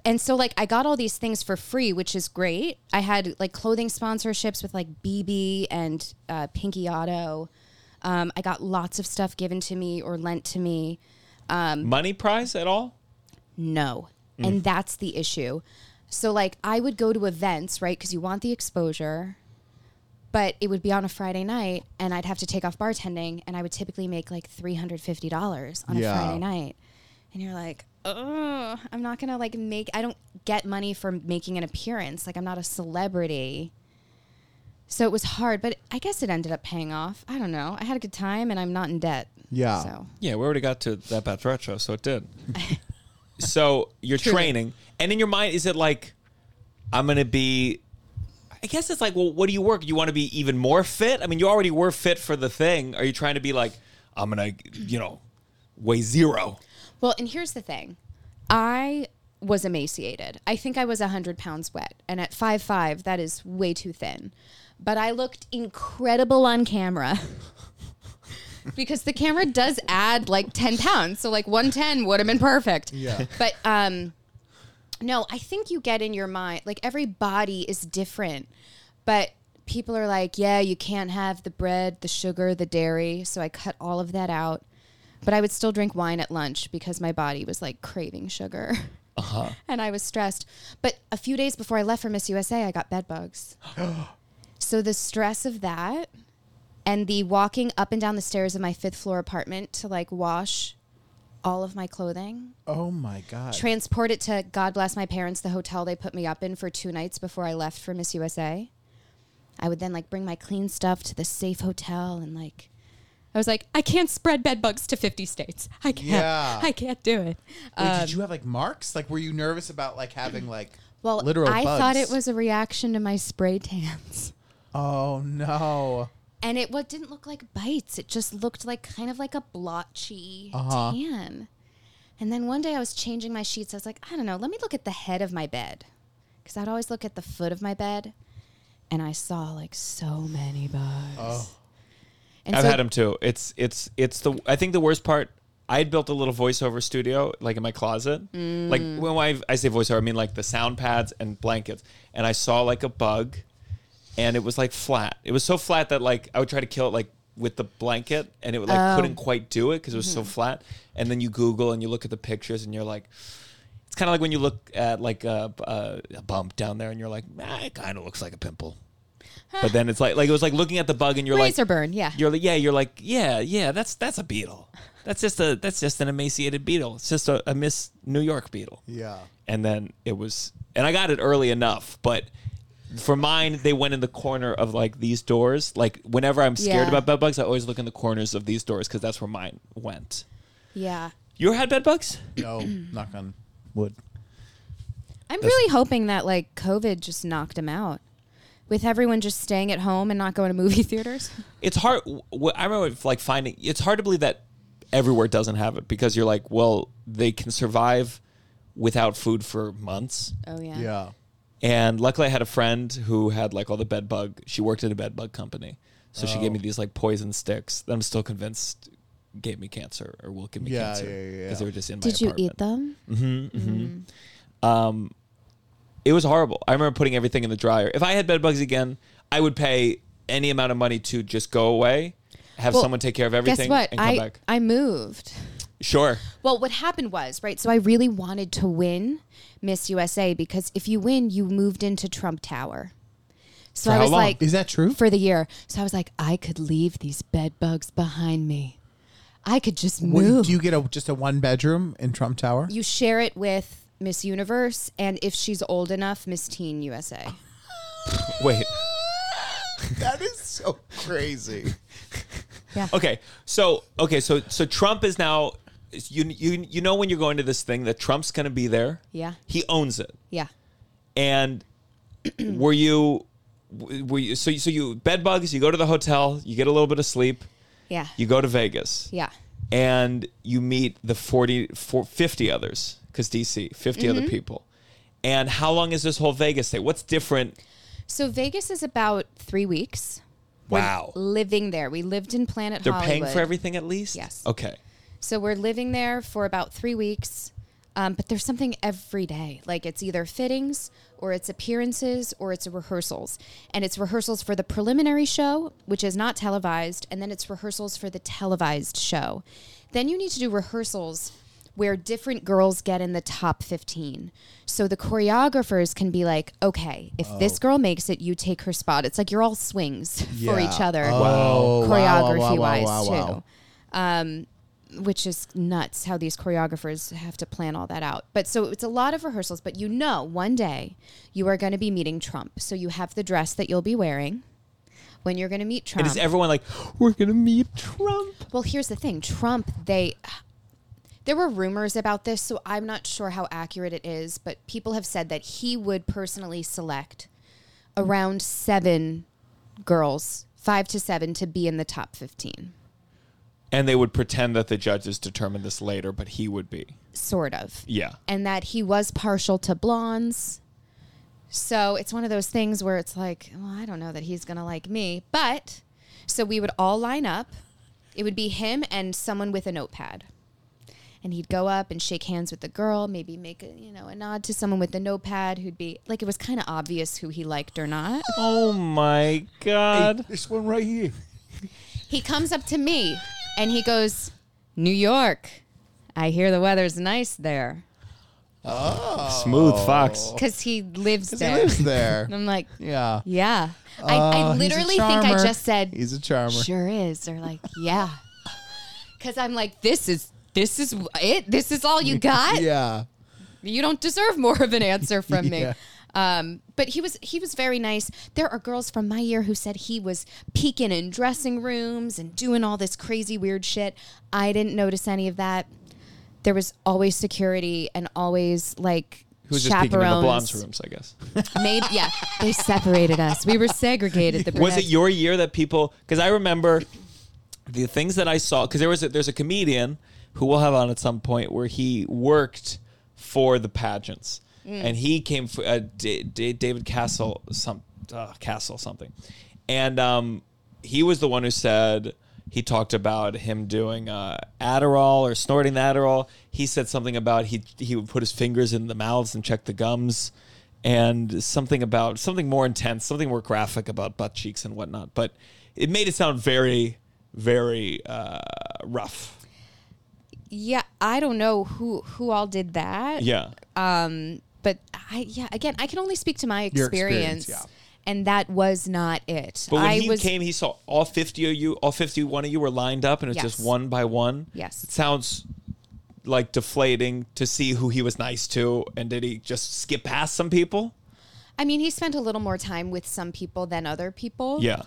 C: And so like I got all these things for free, which is great. I had like clothing sponsorships with like BB and uh, Pinky Auto. Um, I got lots of stuff given to me or lent to me.
A: Money prize at all?
C: No.
B: Mm.
C: And that's the issue. So, like, I would go to events, right? Because you want the exposure, but it would be on a Friday night, and I'd have to take off bartending, and I would typically make like $350 on
B: Yeah.
C: a Friday night. And you're like, oh, I'm not going to like make, I don't get money for making an appearance. Like, I'm not a celebrity. So it was hard, but I guess it ended up paying off. I don't know. I had a good time, and I'm not in debt.
B: Yeah.
C: So,
A: Yeah, we already got to that Beth retro, so it did. so you're training, and in your mind, is it like, I'm gonna be? I guess it's like, well, what do you work? You want to be even more fit? I mean, you already were fit for the thing. Are you trying to be like, I'm gonna, you know, weigh zero?
C: Well, and here's the thing. I was emaciated. I think I was 100 pounds wet. And at 5'5, that is way too thin. But I looked incredible on camera. because the camera does add like 10 pounds. So, like 110 would have been perfect. Yeah. But, um, no, I think you get in your mind, like every body is different, but people are like, yeah, you can't have the bread, the sugar, the dairy. So I cut all of that out. But I would still drink wine at lunch because my body was like craving sugar. and I was stressed. But a few days before I left for Miss USA, I got bed bugs. so the stress of that and the walking up and down the stairs of my fifth floor apartment to like wash all of my clothing
B: Oh my god.
C: transport it to God bless my parents, the hotel they put me up in for two nights before I left for Miss USA. I would then like bring my clean stuff to the safe hotel and like I was like, I can't spread bed bugs to fifty states. I can't
B: Yeah.
C: I can't do it. Um,
B: Wait, did you have like marks? Like, were you nervous about like having like
C: Well
B: literal?
C: I
B: bugs?
C: thought it was a reaction to my spray tans.
B: Oh no.
C: And it what didn't look like bites. It just looked like kind of like a blotchy
A: Uh-huh.
C: tan. And then one day I was changing my sheets. I was like, I don't know, let me look at the head of my bed. Cuz I'd always look at the foot of my bed. And I saw like so many bugs. And
A: Oh. I've
C: so-
A: had them too. It's it's it's the I think the worst part. I had built a little voiceover studio like in my closet.
C: Mm.
A: Like when I, I say voiceover, I mean like the sound pads and blankets. And I saw like a bug, and it was like flat. It was so flat that like I would try to kill it like with the blanket, and it like
C: Oh.
A: couldn't quite do it because it was
C: Mm-hmm.
A: so flat. And then you Google and you look at the pictures, and you're like. It's kind of like when you look at like a, a, a bump down there, and you're like, ah, it kind of looks like a pimple. But then it's like like it was like looking at the bug, and you're like,
C: Razor burn, yeah.
A: you're like, yeah, you're like, yeah, yeah. That's that's a beetle. That's just a that's just an emaciated beetle. It's just a, a Miss New York beetle.
B: Yeah.
A: And then it was, and I got it early enough, but for mine, they went in the corner of like these doors. Like whenever I'm scared
C: Yeah.
A: about bed bugs, I always look in the corners of these doors because that's where mine went.
C: yeah.
A: You ever had bed bugs?
B: No. knock on wood.
C: I'm really hoping that like COVID just knocked him out. With everyone just staying at home and not going to movie theaters.
A: it's hard. wh- I remember like finding it's hard to believe that everywhere doesn't have it because you're like, well, they can survive without food for months.
C: Oh yeah.
B: Yeah.
A: And luckily, I had a friend who had like all the bed bug. She worked at a bed bug company, so she gave
B: Oh.
A: me these like poison sticks that I'm still convinced gave me cancer or will give me
B: Yeah,
A: cancer
B: yeah, yeah,
A: because
B: yeah.
A: they were just in my
C: Did you
A: apartment.
C: eat them?
A: It was horrible. I remember putting everything in the dryer. If I had bed bugs again, I would pay any amount of money to just go away, have
C: Well,
A: someone take care of
C: Guess
A: everything,
C: what?
A: and come
C: I
A: back.
C: I moved.
A: Sure.
C: Well, what happened was, right? So I really wanted to win Miss USA because if you win, you moved into Trump Tower. So
A: For
C: I
A: how
C: was
A: long?
C: like,
B: Is that true?
C: For the year. So I was like, I could leave these bed bugs behind me. I could just
B: What,
C: move.
B: do you get a just a one bedroom in Trump Tower?
C: You share it with Miss Universe and if she's old enough, Miss Teen USA.
A: Wait.
B: that is so crazy.
A: Okay. So okay. So so Trump is now. You you you know when you're going to this thing that Trump's going to be there.
C: Yeah.
A: He owns it.
C: Yeah.
A: And were you w- were you, so you, so you bed bugs. You go to the hotel. You get a little bit of sleep.
C: Yeah.
A: You go to Vegas.
C: yeah.
A: and you meet the 40, 40 50 others because DC, 50
C: Mm-hmm.
A: other people. And how long is this whole Vegas stay? What's different?
C: So Vegas is about three weeks.
A: Wow.
C: Living there, we lived in Planet
A: They're
C: Hollywood.
A: paying for everything at least?
C: Yes.
A: Okay.
C: So we're living there for about three weeks. Um, but there's something every day. Like it's either fittings or it's appearances or it's rehearsals. And it's rehearsals for the preliminary show, which is not televised, and then it's rehearsals for the televised show. Then you need to do rehearsals where different girls get in the top 15. So the choreographers can be like, okay, if
B: Oh.
C: this girl makes it, you take her spot. It's like you're all swings for each
B: Yeah.
C: other,
B: Oh, wow, wow, wow,
C: choreography wise,
B: wow, wow.
C: too which is nuts how these choreographers have to plan all that out. But so it's a lot of rehearsals, but you know, one day you are going to be meeting Trump. So you have the dress that you'll be wearing when you're going to meet Trump.
A: And is everyone like, "Oh, we're going to meet Trump?
C: well, here's the thing Trump, they. There were rumors about this, so I'm not sure how accurate it is, but people have said that he would personally select around seven girls, five to seven, to be in the top 15.
A: And they would pretend that the judges determined this later, but he would be.
C: sort of.
A: Yeah.
C: And that he was partial to blondes. So it's one of those things where it's like, well, I don't know that he's going to like me. But so we would all line up. It would be him and someone with a notepad. And he'd go up and shake hands with the girl, maybe make a, you know, a nod to someone with the notepad who'd be like it was kind of obvious who he liked or not.
A: Oh my God.
H: This one right here.
C: he comes up to me and he goes, "New York. I hear the weather's nice there."
A: Smooth Fox.
C: Cuz he lives
B: He
C: there.
B: lives there.
C: And I'm like,
B: Yeah.
C: Yeah. I,
B: Oh,
C: I
B: he's a
C: literally think I
B: charmer.
C: just said,
B: He's a charmer.
C: sure is. Or like, yeah. Because I'm like, this is. This is it. This is all you got.
B: Yeah.
C: You don't deserve more of an answer from me.
B: Yeah.
C: Um, but he was he was very nice. There are girls from my year who said he was peeking in dressing rooms and doing all this crazy weird shit. I didn't notice any of that. There was always security and always like
A: Who's just peeking in the
C: chaperones.
A: blondes' rooms, I guess.
C: Maybe yeah, they separated us. We were segregated. The
A: was it
C: brunettes-
A: your year that people because i remember the things that i saw because there was a, there's a comedian who we'll have on at some point where he worked for the pageants and he came for uh, D- D- david castle some uh, castle something and um, he was the one who said he talked about him doing uh, Adderall or snorting the Adderall. He said something about he he would put his fingers in the mouths and check the gums, and something about something more intense, something more graphic about butt cheeks and whatnot. But it made it sound very, very uh, rough.
C: Yeah, I don't know who who all did that.
A: Yeah,
C: but I yeah again I can only speak to my
B: Your
C: experience.
B: experience, yeah.
C: And that was not it.
A: but when
C: I
A: he
C: was
A: came, he saw all fifty of you, all fifty-one of you were lined up, and it was
C: Yes.
A: just one by one.
C: Yes.
A: it sounds like deflating to see who he was nice to, and did he just skip past some people?
C: I mean, he spent a little more time with some people than other people.
A: Yeah.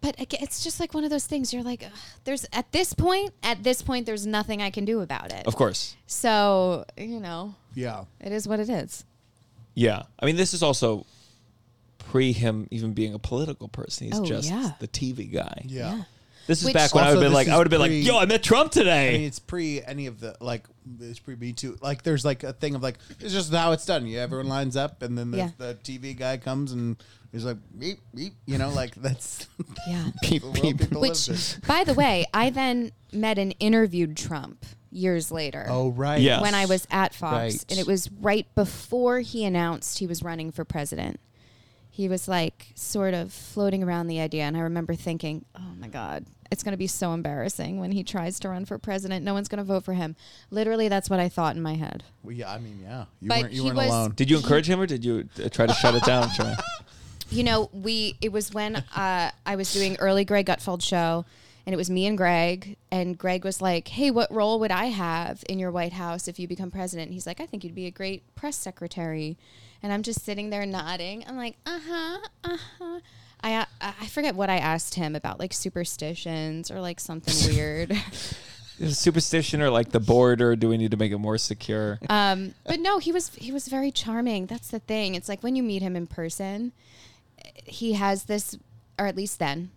C: But again, it's just like one of those things. You're like, "Ugh, there's at this point, at this point, there's nothing I can do about it.
A: Of course.
C: So you know,
B: Yeah.
C: it is what it is.
A: Yeah. I mean, this is also pre him even being a political person. He's
C: Oh,
A: just
C: yeah.
A: the TV guy.
B: Yeah.
A: This is
C: Which-
A: back when I would
B: Also,
A: have been
B: this
A: like, I
B: is
A: would have been
B: pre-
A: like, yo, I met Trump today.
B: I mean, it's pre any of the like it's pre Me Too. Like, there's like a thing of like it's just how it's done. Yeah, everyone lines up, and then the,
C: Yeah.
B: the TV guy comes and he's like, beep, beep. You know, like that's
C: Yeah.
B: the world people
C: Which,
B: live in.
C: by the way, I then met and interviewed Trump years later.
B: Oh right,
A: Yeah.
C: when I was at Fox,
B: Right.
C: and it was right before he announced he was running for president. He was like sort of floating around the idea, and I remember thinking, "Oh my God, it's going to be so embarrassing when he tries to run for president. No one's going to vote for him." Literally, that's what I thought in my head.
B: Well, yeah, I mean, yeah, you
C: But
B: weren't you
C: he
B: weren't
C: was-
B: alone.
A: did you encourage him or did you uh, try to shut it down? Troy?
C: You know, we it was when uh, I was doing early Greg Gutfeld show, and it was me and Greg, and Greg was like, "Hey, what role would I have in your White House if you become president?" And he's like, "I think you'd be a great press secretary," and I'm just sitting there nodding. I'm like, "Uh huh, uh huh." I uh, I forget what I asked him about, like superstitions or like something weird.
A: Is it Superstition or like the border? Do we need to make it more secure?
C: Uh, Um, but no, he was he was very charming. That's the thing. It's like when you meet him in person, he has this, or at least then,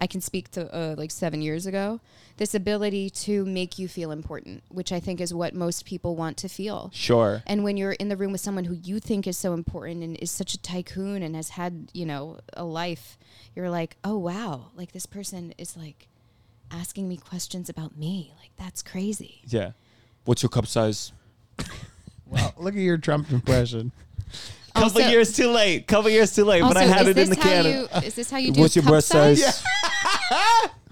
C: I can speak to uh, like seven years ago, this ability to make you feel important, which I think is what most people want to feel.
A: Sure.
C: And when you're in the room with someone who you think is so important and is such a tycoon and has had, you know, a life, you're like, oh, wow, like this person is like asking me questions about me. Like, that's crazy.
A: Yeah. What's your cup size?
B: Well, look at your Trump impression.
A: Couple
C: Also-
A: years too late. Couple years too late. but I
C: Also,
A: had
C: is
A: it in the
C: this how
A: can.
C: You, is this how you do
A: What's your
C: cup
A: breast size?
C: size?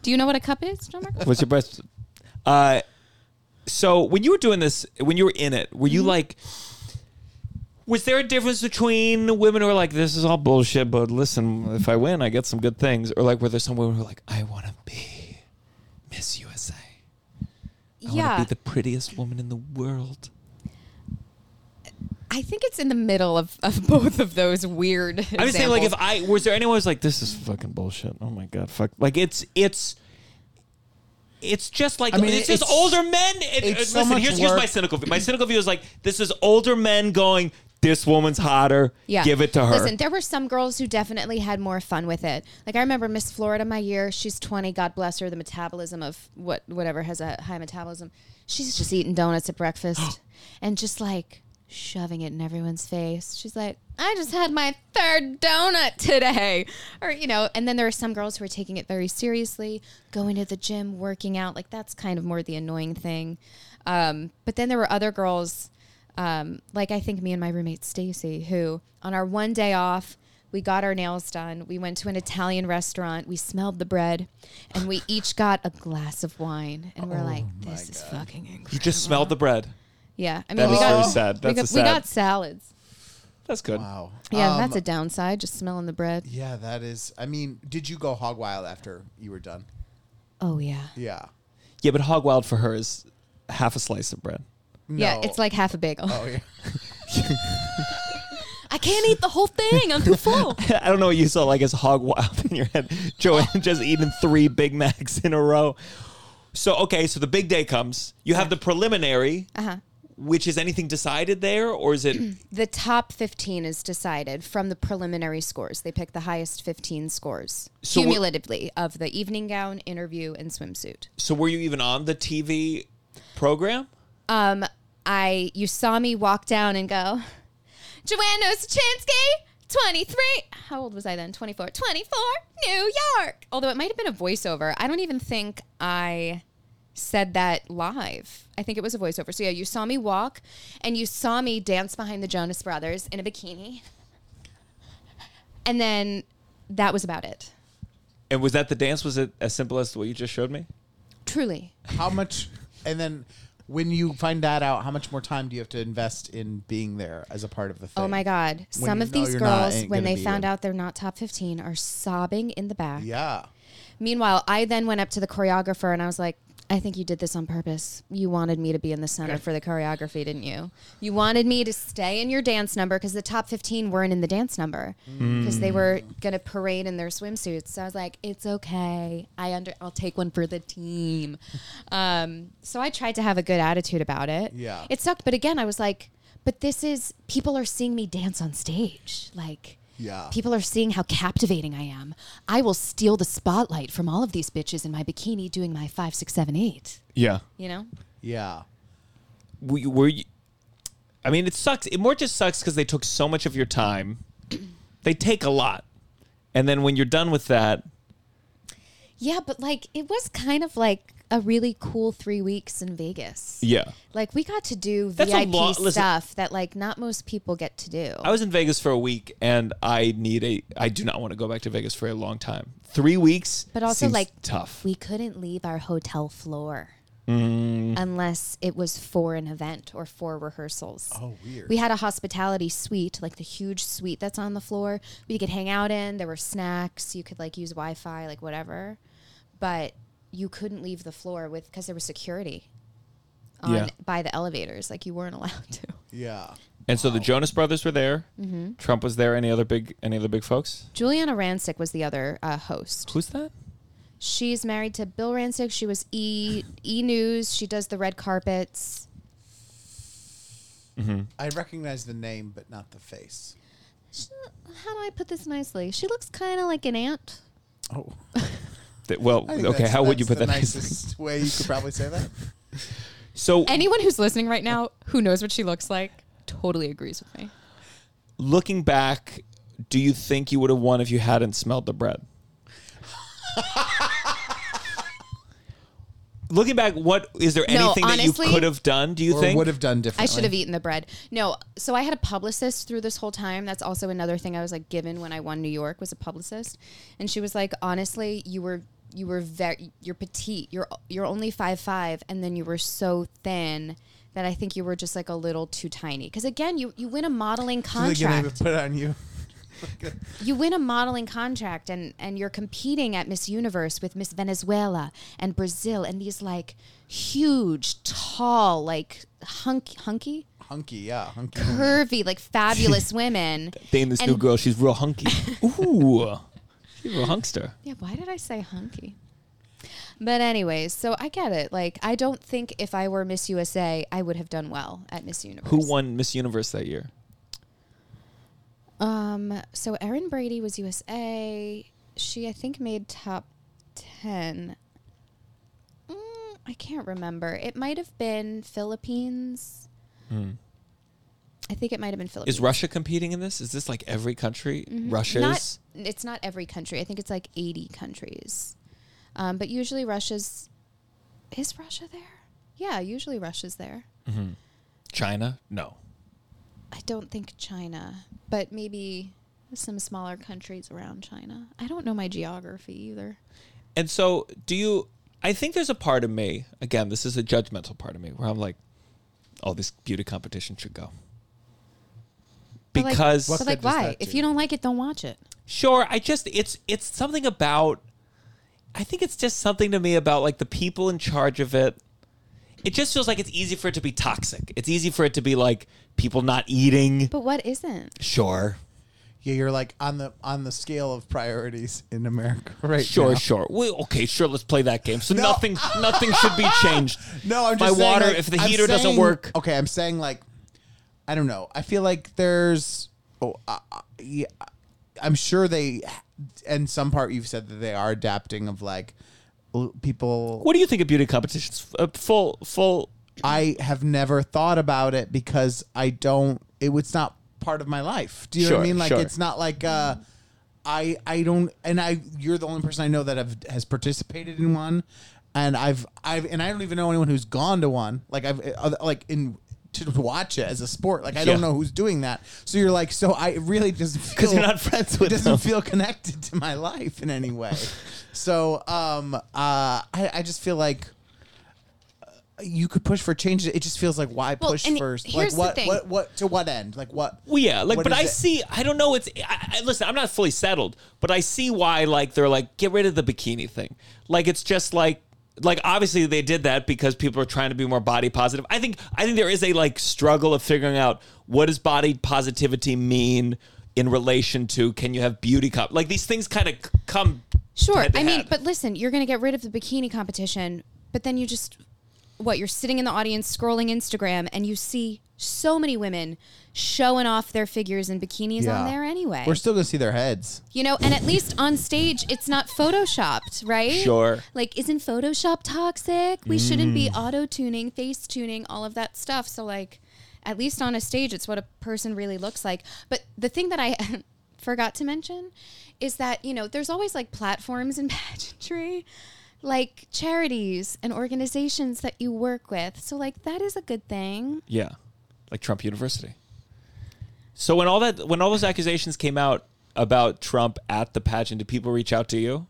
C: Do you know what a cup is, John Marco?
A: What's your breast? Uh, so when you were doing this, when you were in it, were you like? Was there a difference between women who are like, "This is all bullshit," but listen, if I win, I get some good things, or like, were there some women who are like, "I want to be Miss USA. I
C: yeah.
A: want to be the prettiest woman in the world."
C: I think it's in the middle of, of both of those weird.
A: I'm just saying, like, if I was there anyone who was like, "This is fucking bullshit." Oh my god, fuck! Like, it's it's. It's just like
B: I mean,
A: it's, just
B: it's-
A: older men. It,
B: it's
A: uh,
B: so
A: listen,
B: much
A: here's, here's my
B: work.
A: cynical view. My cynical view is like this is older men going. This woman's hotter.
C: Yeah.
A: give it to her.
C: Listen, there were some girls who definitely had more fun with it. Like I remember Miss Florida my year. She's 20. God bless her. The metabolism of what whatever has a high metabolism. She's just eating donuts at breakfast and just like shoving it in everyone's face. She's like, I just had my third donut today. Or, you know, and then there are some girls who are taking it very seriously, going to the gym, working out. Like that's kind of more the annoying thing. Um, but then there were other girls um, like I think me and my roommate Stacy, who on our one day off, we got our nails done. We went to an Italian restaurant. We smelled the bread, and we each got a glass of wine. And we're like, "This is fucking incredible."
A: you just smelled the bread.
C: yeah, I mean,
A: Oh That
C: we
A: is
C: got
A: very sad.
C: we,
A: That's
C: got,
A: a
C: we
A: sad-
C: got salads.
A: That's good.
B: Wow.
C: Yeah,
B: Um,
C: that's a downside. Just smelling the bread.
B: Yeah, that is. I mean, did you go hog wild after you were done?
C: Oh yeah,
B: Yeah.
A: Yeah, but hog wild for her is half a slice of bread.
C: yeah.
B: No.
C: It's like half a bagel.
B: Oh yeah.
C: I can't eat the whole thing. I'm too full.
A: I don't know what you saw like as hog wild in your head. Joanne just eating three Big Macs in a row. So okay, so the big day comes. You have the preliminary, which is anything decided there, or is it?
C: the top 15 is decided from the preliminary scores. They pick the highest 15 scores
A: So what-
C: cumulatively of the evening gown, interview, and swimsuit.
A: so were you even on the TV program?
C: Um, I you saw me walk down and go, Joanna Sachinsky, 23. How old was I then? 24. 24, New York. Although it might have been a voiceover. I don't even think I said that live. I think it was a voiceover. So yeah, you saw me walk and you saw me dance behind the Jonas Brothers in a bikini. And then that was about it.
A: And was that the dance? Was it as simple as what you just showed me?
C: Truly.
B: How much? And then when you find that out, how much more time do you have to invest in being there as a part of the thing?
C: Oh my God.
B: When
C: Some
B: you
C: of
B: know
C: these
B: you're not,
C: girls,
B: ain't
C: when
B: gonna
C: they
B: be
C: found
B: in.
C: out they're not top 15, are sobbing in the back.
B: Yeah.
C: Meanwhile, I then went up to the choreographer and I was like, I think you did this on purpose. You wanted me to be in the center for the choreography, didn't you? You wanted me to stay in your dance number because the top 15 weren't in the dance number because they were going to parade in their swimsuits. So I was like, it's okay. I under I'll take one for the team. Um, so I tried to have a good attitude about it.
B: Yeah.
C: It sucked, but again, I was like, but this is people are seeing me dance on stage. Like
B: Yeah.
C: People are seeing how captivating I am. I will steal the spotlight from all of these bitches in my bikini doing my five, six, seven, eight.
A: Yeah.
C: You know?
B: Yeah.
A: were you, were you I mean, it sucks. It more just sucks because they took so much of your time. They take a lot, and then when you're done with that,
C: Yeah, but like it was kind of like a really cool three weeks in Vegas.
A: yeah.
C: Like we got to do
A: That's a
C: VIP
A: lo- listen-
C: stuff that like not most people get to do.
A: I was in Vegas for a week, and I need a. I do not want to go back to Vegas for a long time. Three weeks,
C: but also
A: seems
C: like
A: tough.
C: We couldn't leave our hotel floor.
B: Mm.
C: Unless it was for an event or for rehearsals.
B: Oh, weird.
C: We had a hospitality suite, like the huge suite that's on the floor. We could hang out in. There were snacks. You could like use Wi Fi, like whatever. But you couldn't leave the floor with because there was security on
A: Yeah.
C: by the elevators. Like you weren't allowed to.
B: Yeah.
A: and so the Jonas Brothers were there.
C: Mm-hmm.
A: Trump was there. Any other big? Any other big folks?
C: Juliana Rancic was the other uh, host.
A: Who's that?
C: She's married to Bill Rancic. She was E E News. She does the red carpets.
B: I recognize the name, but not the face.
C: she, how do I put this nicely? She looks kind of like an ant.
B: Oh,
A: That- well,
B: I think
A: okay.
B: that's-
A: How would you
B: that's
A: put that?
B: The
A: nicely?
B: nicest way you could probably say that.
A: So
C: Anyone who's listening right now who knows what she looks like totally agrees with me.
A: looking back, do you think you would have won if you hadn't smelled the bread? looking back, what is there
C: No,
A: anything that
C: honestly-
A: you could have done? Do you
B: Or
A: think?
B: would have done
C: I
B: differently.
C: should have eaten the bread. No, so I had a publicist through this whole time. That's also another thing I was like given when I won New York was a publicist, and she was like, honestly, you were you were very you're petite. You're you're only five five, and then you were so thin that I think you were just like a little too tiny. Because again, you you win a modeling
B: They're gonna even
C: contract.
B: put it on you.
C: you win a modeling contract and and you're competing at Miss Universe with Miss Venezuela and Brazil and these like huge, tall, like hunk, hunky,
B: Hunky, yeah, hunky.
C: curvy, like fabulous women.
A: Dane, this new
C: And-
A: girl, she's real hunky. Ooh, she's a real hunkster.
C: Yeah, why did I say hunky? But anyways, so I get it. Like I don't think if I were Miss USA, I would have done well at Miss Universe.
A: Who won Miss Universe that year?
C: Um, so Erin Brady was USA. She, I think, made top 10. Mm, I can't remember. It might have been Philippines. I think it might have been Philippines.
A: Hmm. Is Russia competing in this? Is this like every country? Russia's.
C: Mm-hmm. Not, it's not every country. I think it's like 80 countries. Um, but usually Russia's. Is Russia there? Yeah, usually Russia's there.
A: China? No.
C: I don't think China, but maybe some smaller countries around China. I don't know my geography either.
A: And so, do you? I think there's a part of me, again, this is a judgmental part of me, where I'm like, oh, this beauty competition should go.
C: But like-
A: Because,
C: but like,
B: does
C: why?
B: that
C: If
B: do?
C: you don't like it, don't watch it.
A: sure, I just, it's, it's something about, I think it's just something to me about like the people in charge of it. It just feels like it's easy for it to be toxic. It's easy for it to be like people not eating.
C: But what isn't?
A: Sure.
B: Yeah, you're like on the on the scale of priorities in America right
A: Sure,
B: now.
A: sure. We, okay, sure. Let's play that game. So
B: No.
A: nothing, nothing should be changed.
B: No, I'm
A: My
B: just saying,
A: water.
B: like,
A: if the
B: I'm
A: heater doesn't
B: saying-
A: work,
B: Okay, I'm saying like, I don't know. I feel like there's. Oh, uh, uh, yeah, I'm sure they, and some part you've said that they are adapting of like l- people.
A: What do you think of beauty competitions? Uh, full, full.
B: I have never thought about it because I don't. It was not part of my life. Do you know what
A: Sure,
B: I mean? Like
A: sure.
B: it's not like uh, I I don't. And I you're the only person I know that have has participated in one, and I've I've and I don't even know anyone who's gone to one. Like I've uh, like in. To watch it as a sport, like I don't
A: Yeah.
B: know who's doing that. So you're like, so I it really doesn't because
A: you're not friends with
B: It doesn't
A: them.
B: feel connected to my life in any way. so um, uh, I I just feel like you could push for change. It just feels like why
C: Well,
B: push
C: and
B: first? Like
C: here's the
B: what,
C: thing.
B: what? What? To what end? Like what?
A: Well, yeah, like,
B: what
A: but
B: is
A: I
B: it?
A: see. I don't know. It's I, I, listen. I'm not fully settled, but I see why. Like they're like get rid of the bikini thing. Like it's just like like obviously they did that because people are trying to be more body positive. I think I think there is a like struggle of figuring out what does body positivity mean in relation to can you have beauty comp like these things kind of come
C: Sure.
A: head to
C: I mean,
A: head.
C: but listen, you're going to get rid of the bikini competition, but then you just, what, you're sitting in the audience scrolling Instagram and you see so many women showing off their figures and bikinis on there anyway.
B: We're still gonna see their heads.
C: you know, and at least on stage, it's not photoshopped, right?
A: Sure.
C: Like, isn't Photoshop toxic? We shouldn't be auto tuning, face tuning, all of that stuff. So, like, at least on a stage, it's what a person really looks like. But the thing that I forgot to mention is that, you know, there's always like platforms in pageantry, like charities and organizations that you work with. So, like, that is a good thing.
A: Yeah, like Trump University. So when all that when all those accusations came out about Trump at the pageant, did people reach out to you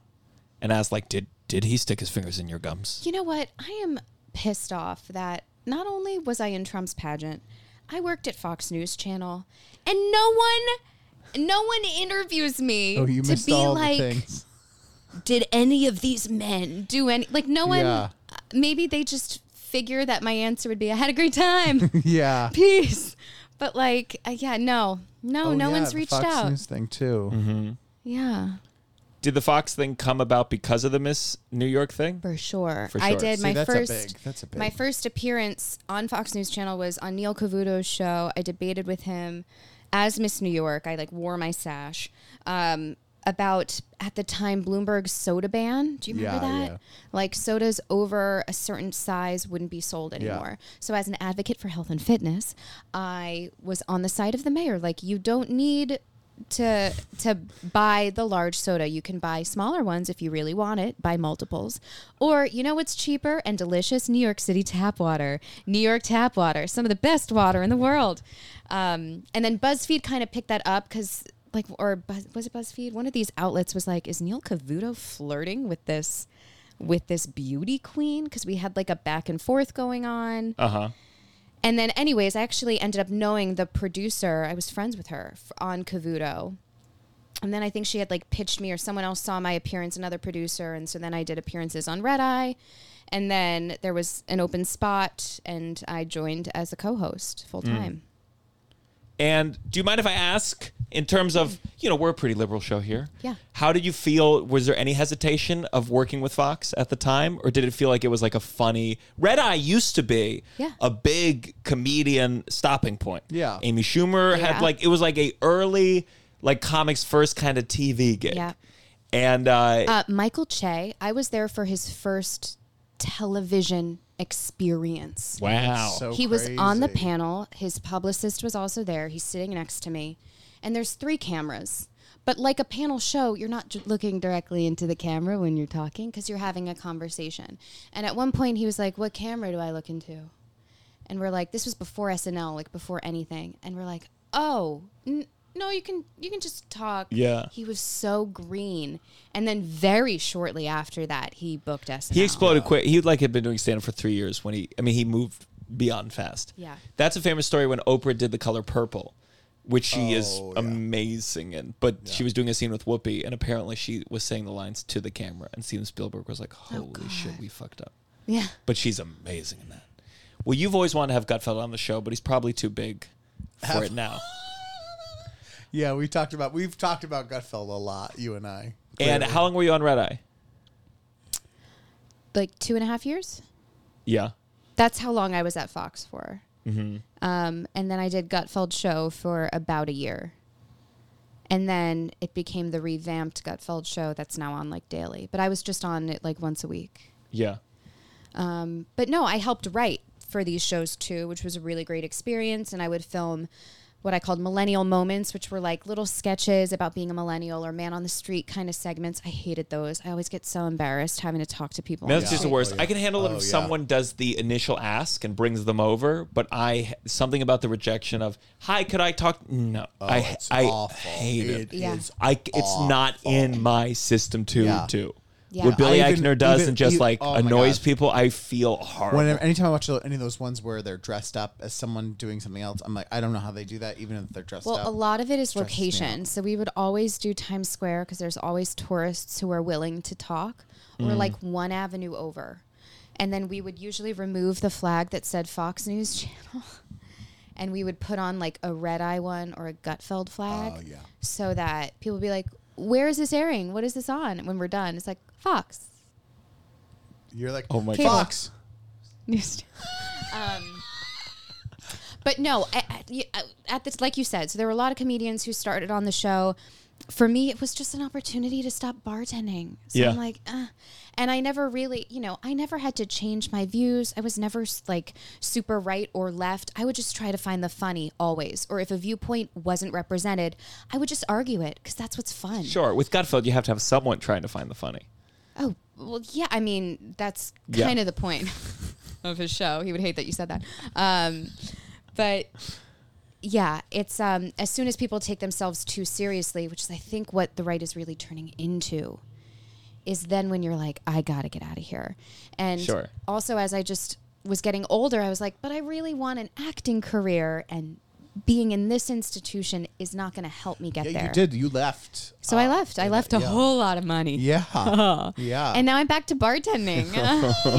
A: and ask like, did did he stick his fingers in your gums?
C: You know what? I am pissed off that not only was I in Trump's pageant, I worked at Fox News Channel, and no one, no one interviews me
B: Oh, you
C: to
B: missed
C: be
B: all
C: like,
B: the things.
C: did any of these men do any? Like, no one.
B: Yeah.
C: Maybe they just figure that my answer would be, I had a great time,
B: Yeah.
C: peace. But like, uh, yeah, no, no,
B: Oh,
C: no
B: yeah,
C: one's
B: the
C: reached
B: Fox
C: out.
B: News thing too.
C: Yeah.
A: Did the Fox thing come about because of the Miss New York thing?
C: For sure.
A: For
C: I
A: sure.
C: did
A: See,
C: my
B: that's a
C: first
B: big- that's a big-
C: my first appearance on Fox News Channel was on Neil Cavuto's show. I debated with him as Miss New York, I like wore my sash. Um, about at the time Bloomberg's soda ban. Do you remember
B: Yeah,
C: that?
B: yeah.
C: Like sodas over a certain size wouldn't be sold anymore. So as an advocate for health and fitness, I was on the side of the mayor. Like you don't need to to buy the large soda. You can buy smaller ones if you really want it, buy multiples. Or you know what's cheaper and delicious? New York City tap water. New York tap water, some of the best water in the world. Um, and then BuzzFeed kind of picked that up because like or Buzz, was it BuzzFeed? One of these outlets was like, is Neil Cavuto flirting with this with this beauty queen? Because we had like a back and forth going on.
A: Uh huh.
C: And then, anyways, I actually ended up knowing the producer. I was friends with her f- on Cavuto. And then I think she had like pitched me, or someone else saw my appearance, another producer. And so then I did appearances on Red Eye. And then there was an open spot, and I joined as a co host full time.
A: And do you mind if I ask, in terms of, you know, we're a pretty liberal show here.
C: Yeah.
A: How did you feel? Was there any hesitation of working with Fox at the time? Or did it feel like it was like a funny. Red Eye used to be
C: Yeah.
A: a big comedian stopping point.
B: Yeah.
A: Amy Schumer had
C: Yeah.
A: like, it was like a early, like comics first kind of TV gig.
C: Yeah.
A: And uh,
C: Uh, Michael Che, I was there for his first television experience.
A: wow.
B: So
C: he was on the
B: crazy.
C: panel. His publicist was also there. He's sitting next to me, and there's three cameras. But like a panel show, you're not j- looking directly into the camera when you're talking because you're having a conversation. And at one point, he was like, "What camera do I look into?" And we're like, "This was before SNL, like before anything." And we're like, "Oh." N- no, you can you can just talk.
A: Yeah.
C: he was so green, and then very shortly after that, he booked SNL.
A: He exploded quick. He like had been doing stand up for three years when he. I mean, he moved beyond fast.
C: Yeah.
A: that's a famous story when Oprah did the color purple, which she is amazing in. But she was doing a scene with Whoopi, and apparently she was saying the lines to the camera, and Steven Spielberg was like, "Holy shit, we fucked up."
C: Yeah,
A: But she's amazing in that. Well, you've always wanted to have Gutfeld on the show, but he's probably too big for it now.
B: Yeah, we talked about we've talked about Gutfeld a lot, you and I.
A: and how long were you on Red Eye?
C: like two and a half years.
A: Yeah.
C: that's how long I was at Fox for. Um, and then I did Gutfeld show for about a year. And then it became the revamped Gutfeld show that's now on like daily. But I was just on it like once a week.
A: Yeah.
C: But no, I helped write for these shows too, which was a really great experience. And I would film what I called millennial moments, which were like little sketches about being a millennial or man on the street kind of segments. I hated those. I always get so embarrassed having to talk to people. on
A: That's just
C: the
A: the
C: street.
B: Oh,
A: worst. I can handle it if someone does the initial ask and brings them over, but I something about the rejection of "Hi, could I talk?" No, I
B: Oh, it's
A: I
B: awful.
A: hate it.
B: It
C: Yeah.
B: is
A: I it's not in my system to
B: Yeah.
A: do.
C: Yeah.
A: What Billy
B: I even-
A: Eichner does
B: even-
A: and just
B: even-
A: like
B: oh my
A: annoys
B: God.
A: people, I feel horrible.
B: When anytime I watch any of those ones where they're dressed up as someone doing something else, I'm like, I don't know how they do that, even if they're dressed
C: Well,
B: up.
C: a lot of it is
B: stresses me out.
C: location. So we would always do Times Square because there's always tourists who are willing to talk, or
B: Mm.
C: like one avenue over. And then we would usually remove the flag that said Fox News Channel, and we would put on like a red eye one or a Gutfeld flag.
B: Oh, yeah.
C: So that people would be like, "Where is this airing? What is this on?" When we're done, it's like Fox
B: You're like, oh my
C: Cable.
B: Fox.
C: News. um, but no, at, at- you- at this, like you said, so there were a lot of comedians who started on the show. For me, it was just an opportunity to stop bartending. So
A: Yeah.
C: I'm like, uh, and I never really, you know, I never had to change my views. I was never s- like super right or left. I would just try to find the funny always. Or if a viewpoint wasn't represented, I would just argue it because that's what's fun.
A: sure, with Gutfeld, you have to have someone trying to find the funny.
C: Oh, well, yeah. I mean, that's
A: Yeah.
C: kind of the point of his show. He would hate that you said that. Um, but yeah, it's um, as soon as people take themselves too seriously, which is, I think, what the right is really turning into, is then when you're like, I got to get out of here. And
A: Sure.
C: also, as I just was getting older, I was like, but I really want an acting career and being in this institution is not going to help me get
B: Yeah,
C: there.
B: you did. You left. Ah,
C: So I left. I left a
B: yeah.
C: whole lot of money.
B: Yeah.
A: Uh.
B: yeah.
C: And now I'm back to bartending.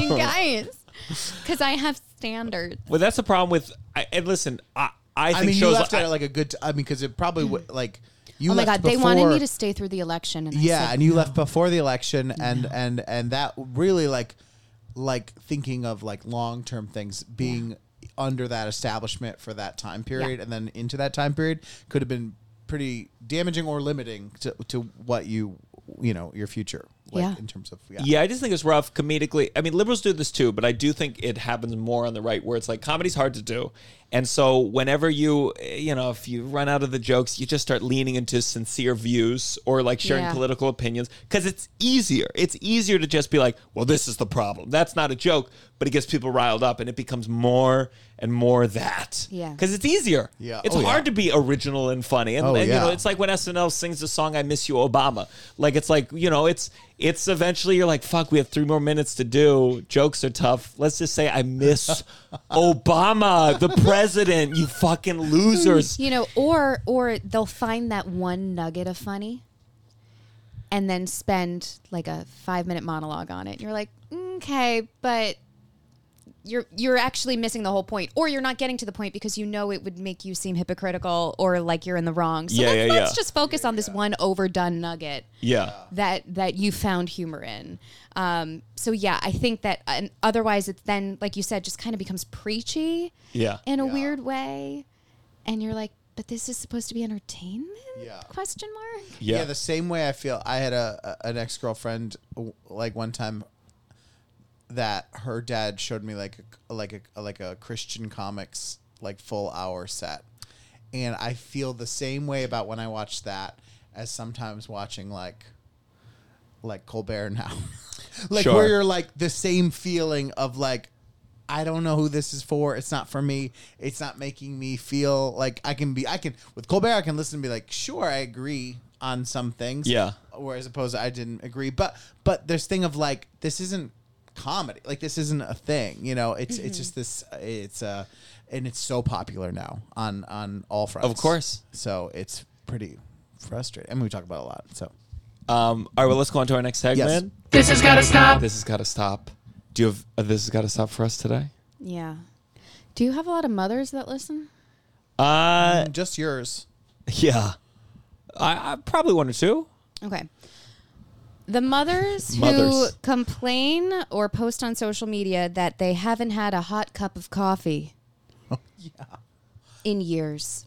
C: you guys. Because I have standards.
A: Well, that's the problem with. I, and listen, I I think
B: I mean, you
A: shows
B: left
A: I-
B: at like a good. T- I mean, because it probably would like you.
C: oh my
B: left
C: God. They wanted me
B: before-
C: to stay through the election. And I
B: Yeah,
C: said,
B: and you left before the election, and and and that really like like thinking of like long term things being under that establishment for that time period and then into that time period could have been pretty damaging or limiting to, to what you you know your future like
C: Yeah.
B: in terms of
A: Yeah, I just think it's rough comedically. I mean, liberals do this too, but I do think it happens more on the right where it's like comedy's hard to do. And so whenever you, eh, you know, if you run out of the jokes, you just start leaning into sincere views or like sharing
C: Yeah.
A: political opinions because it's easier. It's easier to just be like, well, this is the problem. That's not a joke, but it gets people riled up and it becomes more and more that.
C: Yeah.
A: Because it's easier.
B: Yeah.
A: It's
B: Oh, yeah.
A: hard to be original and funny. And,
B: Oh,
A: and, you know,
B: yeah.
A: it's like when SNL sings the song "I Miss You, Obama." Like it's like you know, it's it's eventually you're like, "Fuck, we have three more minutes to do." Jokes are tough. Let's just say, "I miss Obama, the president." You fucking losers.
C: You know, or or they'll find that one nugget of funny, and then spend like a five minute monologue on it. You're like, okay, but you're you're actually missing the whole point, or you're not getting to the point because you know it would make you seem hypocritical or like you're in the wrong. So
A: Yeah,
C: let's,
A: yeah,
C: let's
A: yeah.
C: just focus on this one overdone nugget
A: Yeah,
C: that that you found humor in. Um, so yeah, I think that uh, and otherwise it's then like you said just kind of becomes preachy
A: yeah.
C: in a weird way and you're like but this is supposed to be entertainment
B: Yeah.
C: question mark
B: yeah.
A: yeah,
B: the same way I feel. I had a, a- an ex girlfriend like one time that her dad showed me like a, like a like a Christian comics like full hour set, and I feel the same way about when I watch that as sometimes watching like like Colbert now, like
A: Sure.
B: where you're like the same feeling of like. I don't know who this is for. It's not for me. It's not making me feel like I can be. I can with Colbert. I can listen and be like, sure, I agree on some things.
A: Yeah.
B: Or as opposed, to I didn't agree. But but this thing of like this isn't comedy. Like this isn't a thing. You know, it's it's just this. It's uh, and it's so popular now on on all fronts.
A: Of course.
B: So it's pretty frustrating. I mean, we talk about it a lot. So
A: Um, all right, well, let's go on to our next segment.
F: This has got to stop.
A: This has got to stop. Do you have uh, this has got to stop for us today?
C: yeah do you have a lot of mothers that listen
A: Uh,
B: just yours.
A: yeah. I, I probably one or two.
C: okay the mothers,
A: Mothers.
C: who complain or post on social media that they haven't had a hot cup of coffee in years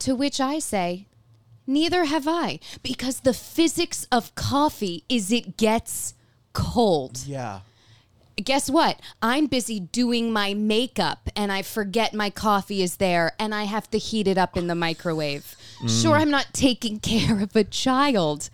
C: to which i say neither have i because the physics of coffee is it gets cold
B: Yeah.
C: guess what? I'm busy doing my makeup and I forget my coffee is there and I have to heat it up in the microwave. Sure, I'm not taking care of a child.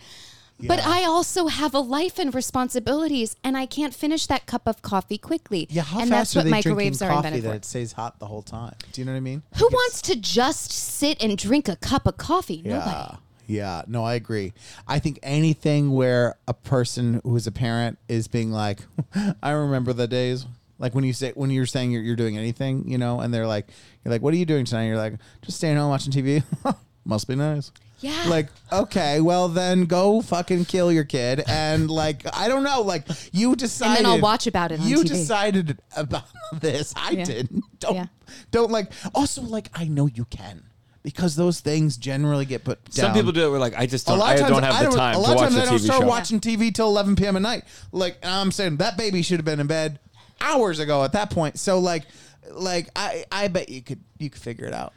C: But I also have a life and responsibilities, and I can't finish that cup of coffee quickly.
B: Yeah, how
C: and
B: fast
C: that's what
B: are they
C: microwaves
B: drinking
C: are
B: coffee
C: invented
B: that
C: for.
B: it stays hot the whole time? Do you know what I mean?
C: Who wants to just sit and drink a cup of coffee? Nobody.
B: Yeah. Yeah. No, I agree. I think anything where a person who is a parent is being like, I remember the days. Like when you say when you're saying you're, you're doing anything, you know, and they're like, you're like, what are you doing tonight? You're like, just staying home watching TV. Must be nice.
C: Yeah.
B: Like, okay, well then go fucking kill your kid and like I don't know, like you decided.
C: I'll watch about it on
B: you
C: TV.
B: decided about this. I didn't. Don't
C: Yeah.
B: don't like. Also, like I know you can because those things generally get put down.
A: Some people do it. We're like, I just
B: A
A: don't.
B: lot
A: I
B: of times,
A: don't have
B: I
A: the
B: don't,
A: time
B: a lot
A: to
B: of
A: watch
B: times
A: the
B: I don't
A: TV
B: start
A: show.
B: watching TV till 11 p.m. at night. Like and I'm saying, that baby should have been in bed hours ago at that point. So like, like I I bet you could you could figure it out.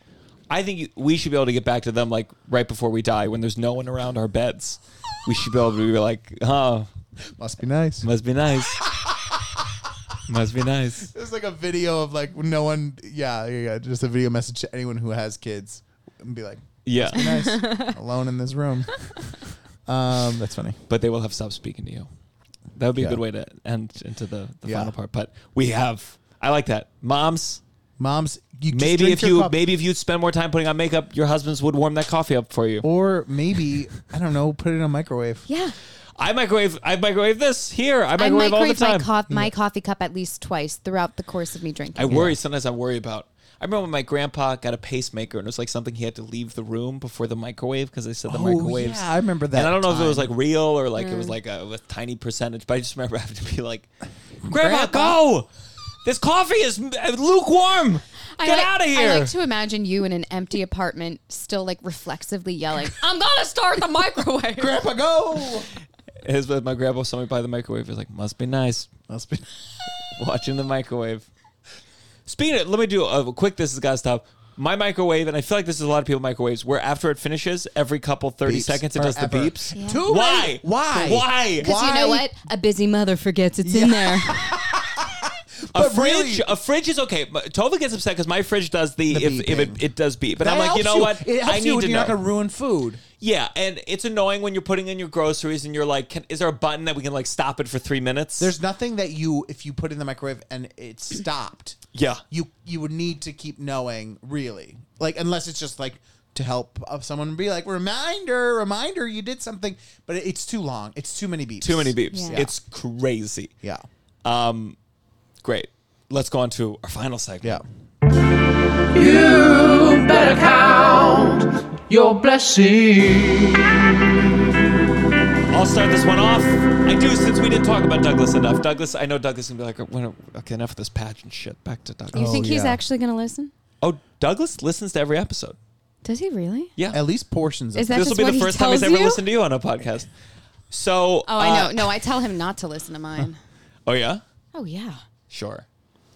A: I think you, we should be able to get back to them like right before we die when there's no one around our beds. We should be able to be like, oh,
B: Must be nice.
A: must be nice. must be nice.
B: There's like a video of like no one. Yeah, yeah, yeah. Just a video message to anyone who has kids and be like,
A: Yeah.
B: nice, alone in this room. Um, that's funny.
A: But they will have stopped speaking to you. That would be
B: Yeah.
A: a good way to end into the, the
B: Yeah.
A: final part. But we have, I like that. Moms,
B: Moms, you just
A: maybe
B: drink
A: if
B: your
A: you
B: cup.
A: maybe if you spend more time putting on makeup, your husbands would warm that coffee up for you.
B: or maybe I don't know, put it in a microwave.
C: Yeah.
A: I microwave I microwave this here. I
C: I
A: microwave,
C: microwave
A: all the time.
C: My, cof- my coffee cup at least twice throughout the course of me drinking.
A: I worry sometimes. I worry about. I remember when my grandpa got a pacemaker, and it was like something he had to leave the room before the microwave because they said the
B: Oh,
A: microwaves.
B: yeah, I remember that
A: And I don't know if it was
B: time.
A: like real or like
C: Mm.
A: it was like a, a tiny percentage, but I just remember having to be like, "Grandpa, go! This coffee is uh, lukewarm.
C: I
A: Get
C: like-
A: out of here!"
C: I like to imagine you in an empty apartment, still like reflexively yelling, "I'm gonna start the microwave."
B: Grandpa, go.
A: His- uh, my grandpa saw me by the microwave. He was like, "Must be nice
B: Must be.
A: watching the microwave." Speaking of, let me do a quick. This has got to stop. My microwave, and I feel like this is a lot of people microwaves. Where after it finishes, every couple thirty
B: Beeps.
A: seconds it
B: Or
A: does the
B: ever.
A: beeps.
C: Yeah.
B: Too
A: Why?
B: many- Why?
A: Why?
C: Because you know
B: Why?
C: what? A busy mother forgets it's in there.
A: A
B: But
A: fridge,
B: really-
A: a fridge is okay. but Tova gets upset because my fridge does the,
B: The
A: if, if
B: beeping.
A: it, it does beep, but
B: That
A: I'm like, you know
B: helps
A: what?
B: It helps
A: I need
B: you
A: to
B: when
A: know.
B: you're not gonna ruin food.
A: yeah, and it's annoying when you're putting in your groceries and you're like, can, is there a button that we can like stop it for three minutes?
B: There's nothing that you if you put in the microwave and it stopped.
A: Yeah.
B: You you would need to keep knowing really. Like unless it's just like to help of someone be like reminder, reminder you did something, but it- it's too long. It's too many beeps.
A: too many beeps.
C: Yeah.
A: It's crazy.
B: Yeah.
A: Um, Great. Let's go on to our final segment.
B: Yeah.
F: You better count your blessings.
A: I'll start this one off. I do since we didn't talk about Douglas enough. Douglas, I know Douglas can be like, "When- okay, enough of this pageant shit. Back to
C: You
A: Douglas.
C: think he's
B: yeah.
C: actually going to listen?
A: Oh, Douglas listens to every episode.
C: Does he really?
A: Yeah,
B: At least portions of
C: Is that
A: this will
C: just
A: be
C: what
A: the
C: he
A: first time he's
C: tells
A: ever
C: you?
A: listened to you on a podcast. So,
C: Oh, I
A: uh,
C: know. No, I tell him not to listen to mine.
A: Oh yeah,
C: Oh yeah.
A: sure.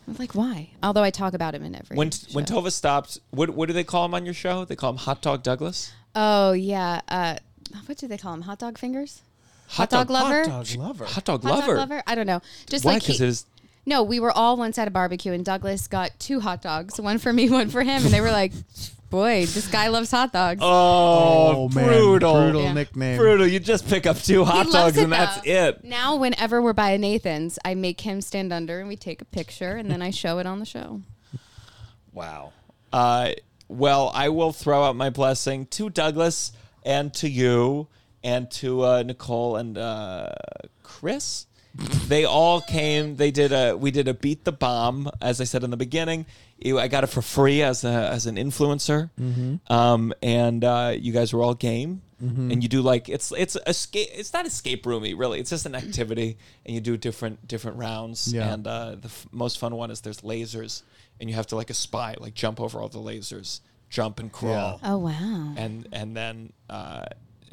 C: I'm like, why? Although I talk about him in every.
A: When
C: show.
A: when Tova stopped, what what do they call him on your show? They call him Hot Dog Douglas.
C: oh yeah. Uh, what do they call him? Hot dog fingers? Hot, dog, lover?
B: Hot dog lover.
A: Hot dog
C: Hot
A: lover.
C: dog lover? I don't know. Just
A: Why?
C: like he-
A: Because it is.
C: No, we were all once at a barbecue, and Douglas got two hot dogs, one for me, one for him, and they were like, "Boy, this guy loves hot dogs."
A: Oh, brutal,
B: Brutal
C: Yeah.
B: nickname.
A: brutal. You just pick up two
C: He
A: hot
C: loves
A: dogs
C: it,
A: and that's
C: though.
A: it.
C: Now, whenever we're by a Nathan's, I make him stand under, and we take a picture, and then I show it on the show.
A: Wow. Uh, well, I will throw out my blessing to Douglas and to you and to uh, Nicole and uh, Chris. They all came. They did a. We did a beat the bomb, as I said in the beginning. You- I got it for free as a as an influencer, um, and uh, you guys were all game. And you do like it's it's escape. It's not escape roomy, really. It's just an activity, and you do different different rounds.
B: Yeah.
A: And uh, the f- most fun one is there's lasers, and you have to like a spy, like jump over all the lasers, jump and crawl,
C: Oh wow!
A: and and then uh,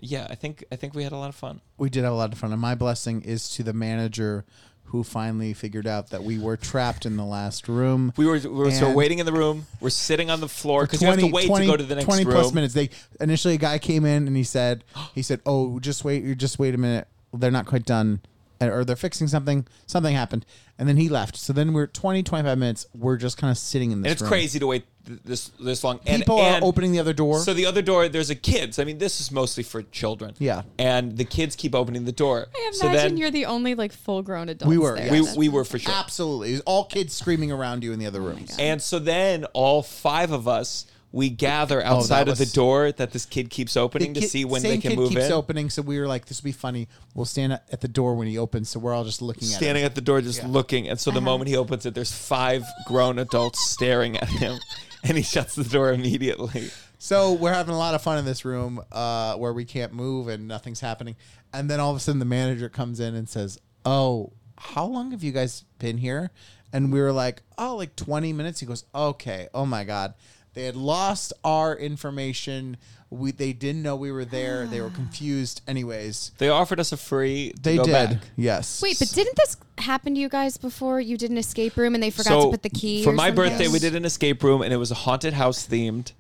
A: yeah, I think I think we had a lot of fun.
B: we did have a lot of fun. And my blessing is to the manager who finally figured out that we were trapped in the last room.
A: We were we were so
B: And
A: waiting in the room. We're sitting on the floor
B: for
A: because you have to
B: 20
A: wait
B: 20
A: to go to the next
B: 20
A: room.
B: plus minutes. They initially a guy came in and he said he said, "Oh, just wait, you just wait a minute. They're not quite done." And- Or they're fixing something. Something happened, and then he left. So then we're 20, 25 minutes. We're just kind of sitting in this.
A: And it's
B: room.
A: crazy to wait th- this this long. And,
B: People
A: and
B: are opening the other door.
A: So the other door, there's a kids. I mean, this is mostly for children.
B: Yeah.
A: and the kids keep opening the door.
C: I
A: so
C: imagine
A: then
C: you're the only like full-grown adult.
B: We were,
C: There.
B: yes.
A: we we were for sure.
B: Absolutely, it was all kids screaming around you in the other rooms.
A: And so then all five of us we gather outside of
B: Oh, was-
A: the door that this kid keeps opening to
B: The kid-
A: see when
B: same
A: they can
B: kid
A: move
B: keeps
A: in.
B: opening, so we were like, "This will be funny." We'll stand at at the door when he opens, so we're all just looking at
A: Standing
B: him. Uh-huh.
A: at the door, just looking. And so the moment he opens it, there's five grown adults staring at him, and he shuts the door immediately.
B: So we're having a lot of fun in this room uh, where we can't move and nothing's happening. And then all of a sudden, the manager comes in and says, "Oh, how long have you guys been here?" And we were like, "Oh, like 20 minutes." He goes, "Okay. Oh my god." They had lost our information. We, they didn't know we were there. They were confused. Anyways,
A: They offered us a free. To
B: they
A: go
B: did.
A: Back.
B: Yes.
C: Wait, but didn't this happen to you guys before? You did an escape room, and they forgot to put the key.
A: For
C: or
A: my
C: something?
A: birthday, we did an escape room, and it was a haunted house themed.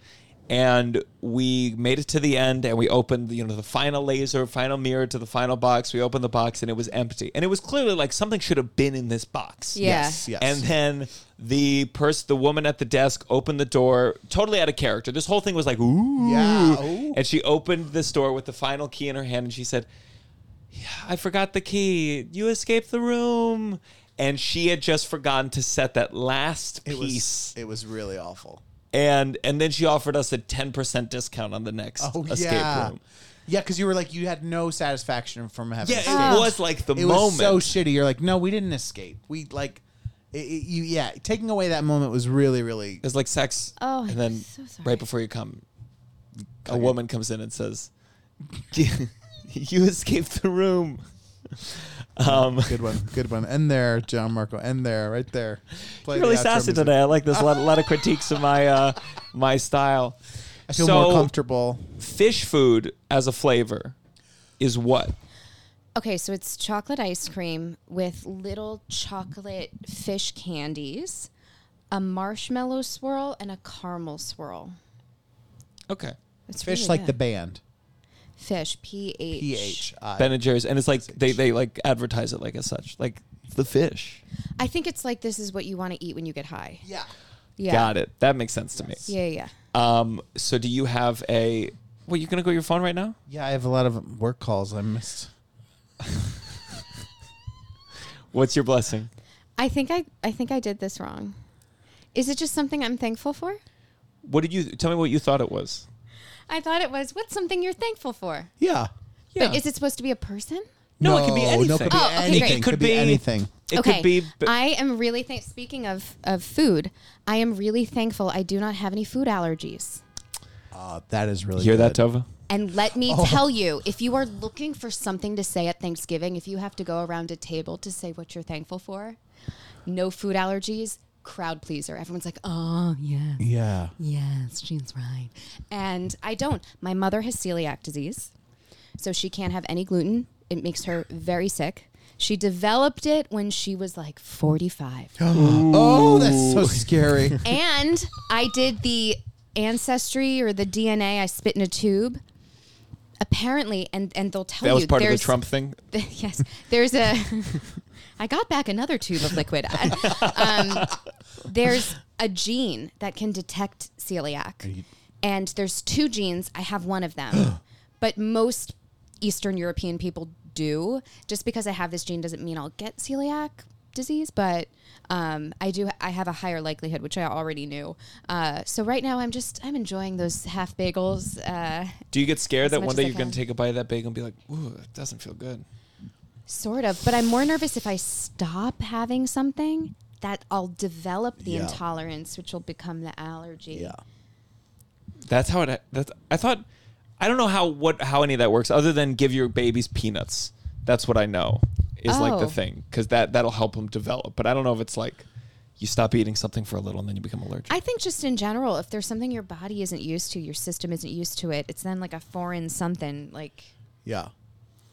A: And we made it to the end, and we opened, you know, the final laser, final mirror to the final box. We opened the box, and it was empty. And it was clearly like something should have been in this box.
C: Yeah.
B: Yes. Yes.
A: And then the person, the woman at the desk, opened the door totally out of character. This whole thing was like, ooh.
B: Yeah, ooh.
A: And she opened this door with the final key in her hand and she said, yeah, I forgot the key. You escaped the room. And she had just forgotten to set that last
B: it
A: piece.
B: was it was really awful.
A: and and then she offered us a 10% discount on the next escape room.
B: Oh, Yeah, because you were like you had no satisfaction from having.
A: Yeah, it
B: escaped.
A: was like the
B: it
A: moment.
B: was so shitty. You're like, no, we didn't escape. We like, it, it- you yeah, taking away that moment was really really.
A: It was like sex.
C: Oh,
A: and
C: I'm
A: then
C: so sorry.
A: right before you come, a woman comes in and says, "You escaped the room." Um,
B: Good one, good one. End there, John Marco. End there, right there. Play
A: you're
B: the
A: really
B: outro
A: sassy
B: music.
A: today. I like this. A lot, lot of critiques of my uh, my style.
B: I feel
A: so,
B: more comfortable.
A: Fish food as a flavor is what?
C: Okay, so it's chocolate ice cream with little chocolate fish candies. a marshmallow swirl, and a caramel swirl.
A: Okay.
C: It's
B: Fish
C: really
B: like the
C: good.
B: band.
C: fish. P H.
B: P H I.
A: Ben and Jerry's, and it's like they they like advertise it like as such, like the fish.
C: I think it's like this is what you want to eat when you get high.
B: Yeah.
C: Yeah.
A: Got it. That makes sense to me.
C: Yeah, yeah.
A: Um. So do you have a? Wait, you gonna go your phone right now?
B: Yeah, I have a lot of work calls I missed.
A: What's your blessing?
C: I think I I think I did this wrong. Is it just something I'm thankful for?
A: What did you tell me? What you thought it was?
C: I thought it was what's something you're thankful for?
B: Yeah.
A: Yeah.
C: But is it supposed to be a person?
A: No, it could be anything.
B: No, it could be
C: Oh, okay,
B: anything.
C: great.
B: It could be anything.
A: It
C: okay.
A: could be. b-
C: I am really thank speaking of of food, I am really thankful I do not have any food allergies.
B: Uh, that is really
A: hear that,
B: good.
A: Tova?
C: And let me
A: Oh.
C: tell you, if you are looking for something to say at Thanksgiving, if you have to go around a table to say what you're thankful for, no food allergies, crowd pleaser. Everyone's like, "Oh, yeah."
B: Yeah.
C: Yes, she's right. And I don't. My mother has celiac disease, so she can't have any gluten. It makes her very sick. She developed it when she was like 45.
B: Oh, that's so scary.
C: and I did the ancestry or the DNA, I spit in a tube. Apparently, and, and they'll tell
A: That
C: you
A: was part of the
C: there's-
A: Trump thing.
C: yes, there's a. I got back another tube of liquid. um, there's a gene that can detect celiac, and there's two genes. I have one of them, but most Eastern European people do. Just because I have this gene doesn't mean I'll get celiac disease, but um, I do. I have a higher likelihood, which I already knew. Uh, so right now, I'm just I'm enjoying those half bagels. Uh,
A: Do you get scared that
C: much
A: one
C: as
A: day
C: I
A: you're going
C: can.
A: to take a bite of that bagel and be like, ooh, it doesn't feel good?
C: Sort of, but I'm more nervous if I stop having something that I'll develop the
B: Yeah.
C: intolerance, which will become the allergy.
B: yeah.
A: That's how it. That's, I thought. I don't know how what how any of that works, other than give your babies peanuts. That's what I know is like the
C: Oh.
A: thing because that that'll help them develop. But I don't know if it's like you stop eating something for a little and then you become allergic.
C: I think just in general, if there's something your body isn't used to, your system isn't used to it, it's then like a foreign something like
B: Yeah.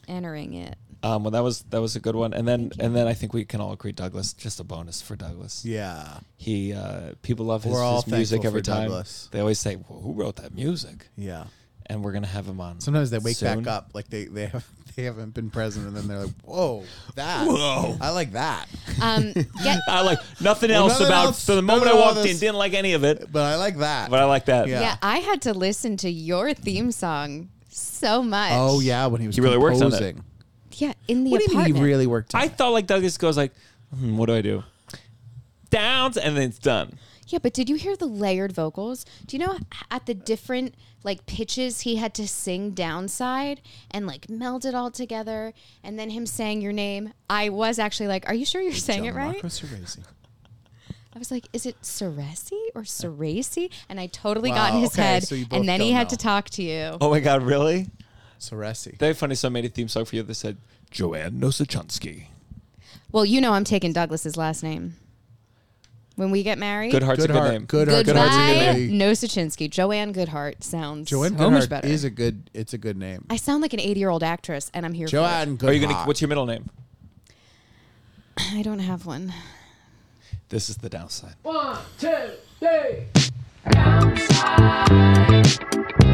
C: entering it.
A: um, well, that was that was a good one, and then and then I think we can all agree Douglas. Just a bonus for Douglas.
B: Yeah.
A: He uh, people love his,
B: We're all
A: his music
B: thankful
A: every
B: for
A: time.
B: Douglas.
A: They always say, well, "Who wrote that music?"
B: Yeah.
A: And we're gonna have him on.
B: Sometimes they wake
A: soon.
B: back up, like they they have they haven't been present, and then they're like, "Whoa, that!
A: Whoa.
B: I like that,
C: Um, get,
A: I like nothing
B: Well,
A: else
B: nothing
A: about.
B: else-
A: so the moment I
B: nothing
A: walked
B: else.
A: in, didn't like any of it,
B: but I like that."
A: but I like that.
B: Yeah.
C: yeah. I had to listen to your theme song so much.
B: oh yeah, when he was
A: He really worked on it.
B: composing.
C: yeah, in the
B: What do you
C: apartment.
B: mean he really worked? On
A: I
B: it?
A: thought like Douglas goes like, hmm, what do I do? Downs and then it's done.
C: Yeah, but did you hear the layered vocals? Do you know at the different like pitches he had to sing downside and like meld it all together and then him saying your name? I was actually like, Are you sure you're saying it right?
B: Marco Cervasi.
C: I was like, Is it Ceresi or Ceresi? And I totally
B: Wow,
C: got in his
B: okay,
C: head.
B: so you both
C: and then he
B: don't
C: had
B: know.
C: to talk to you.
A: Oh my god, really?
B: Cervasi.
A: That'd be funny. So I made a theme song for you that said Joanne Nosachunsky.
C: Well, you know I'm taking Douglas's last name. When we get married,
A: Good heart's
B: Good
A: a good
B: heart.
A: name.
B: Good heart.
C: Goodbye,
B: Good heart's a good name.
C: no Sachinsky. Joanne Goodhart sounds
B: Joanne
C: so much
B: Goodhart
C: better.
B: is a good. It's a good name.
C: I sound like an 80 year old actress, and I'm here for it.
B: Joanne Goodhart.
A: Are you gonna? What's your middle name?
C: I don't have one.
A: This is the downside.
F: One, two, three.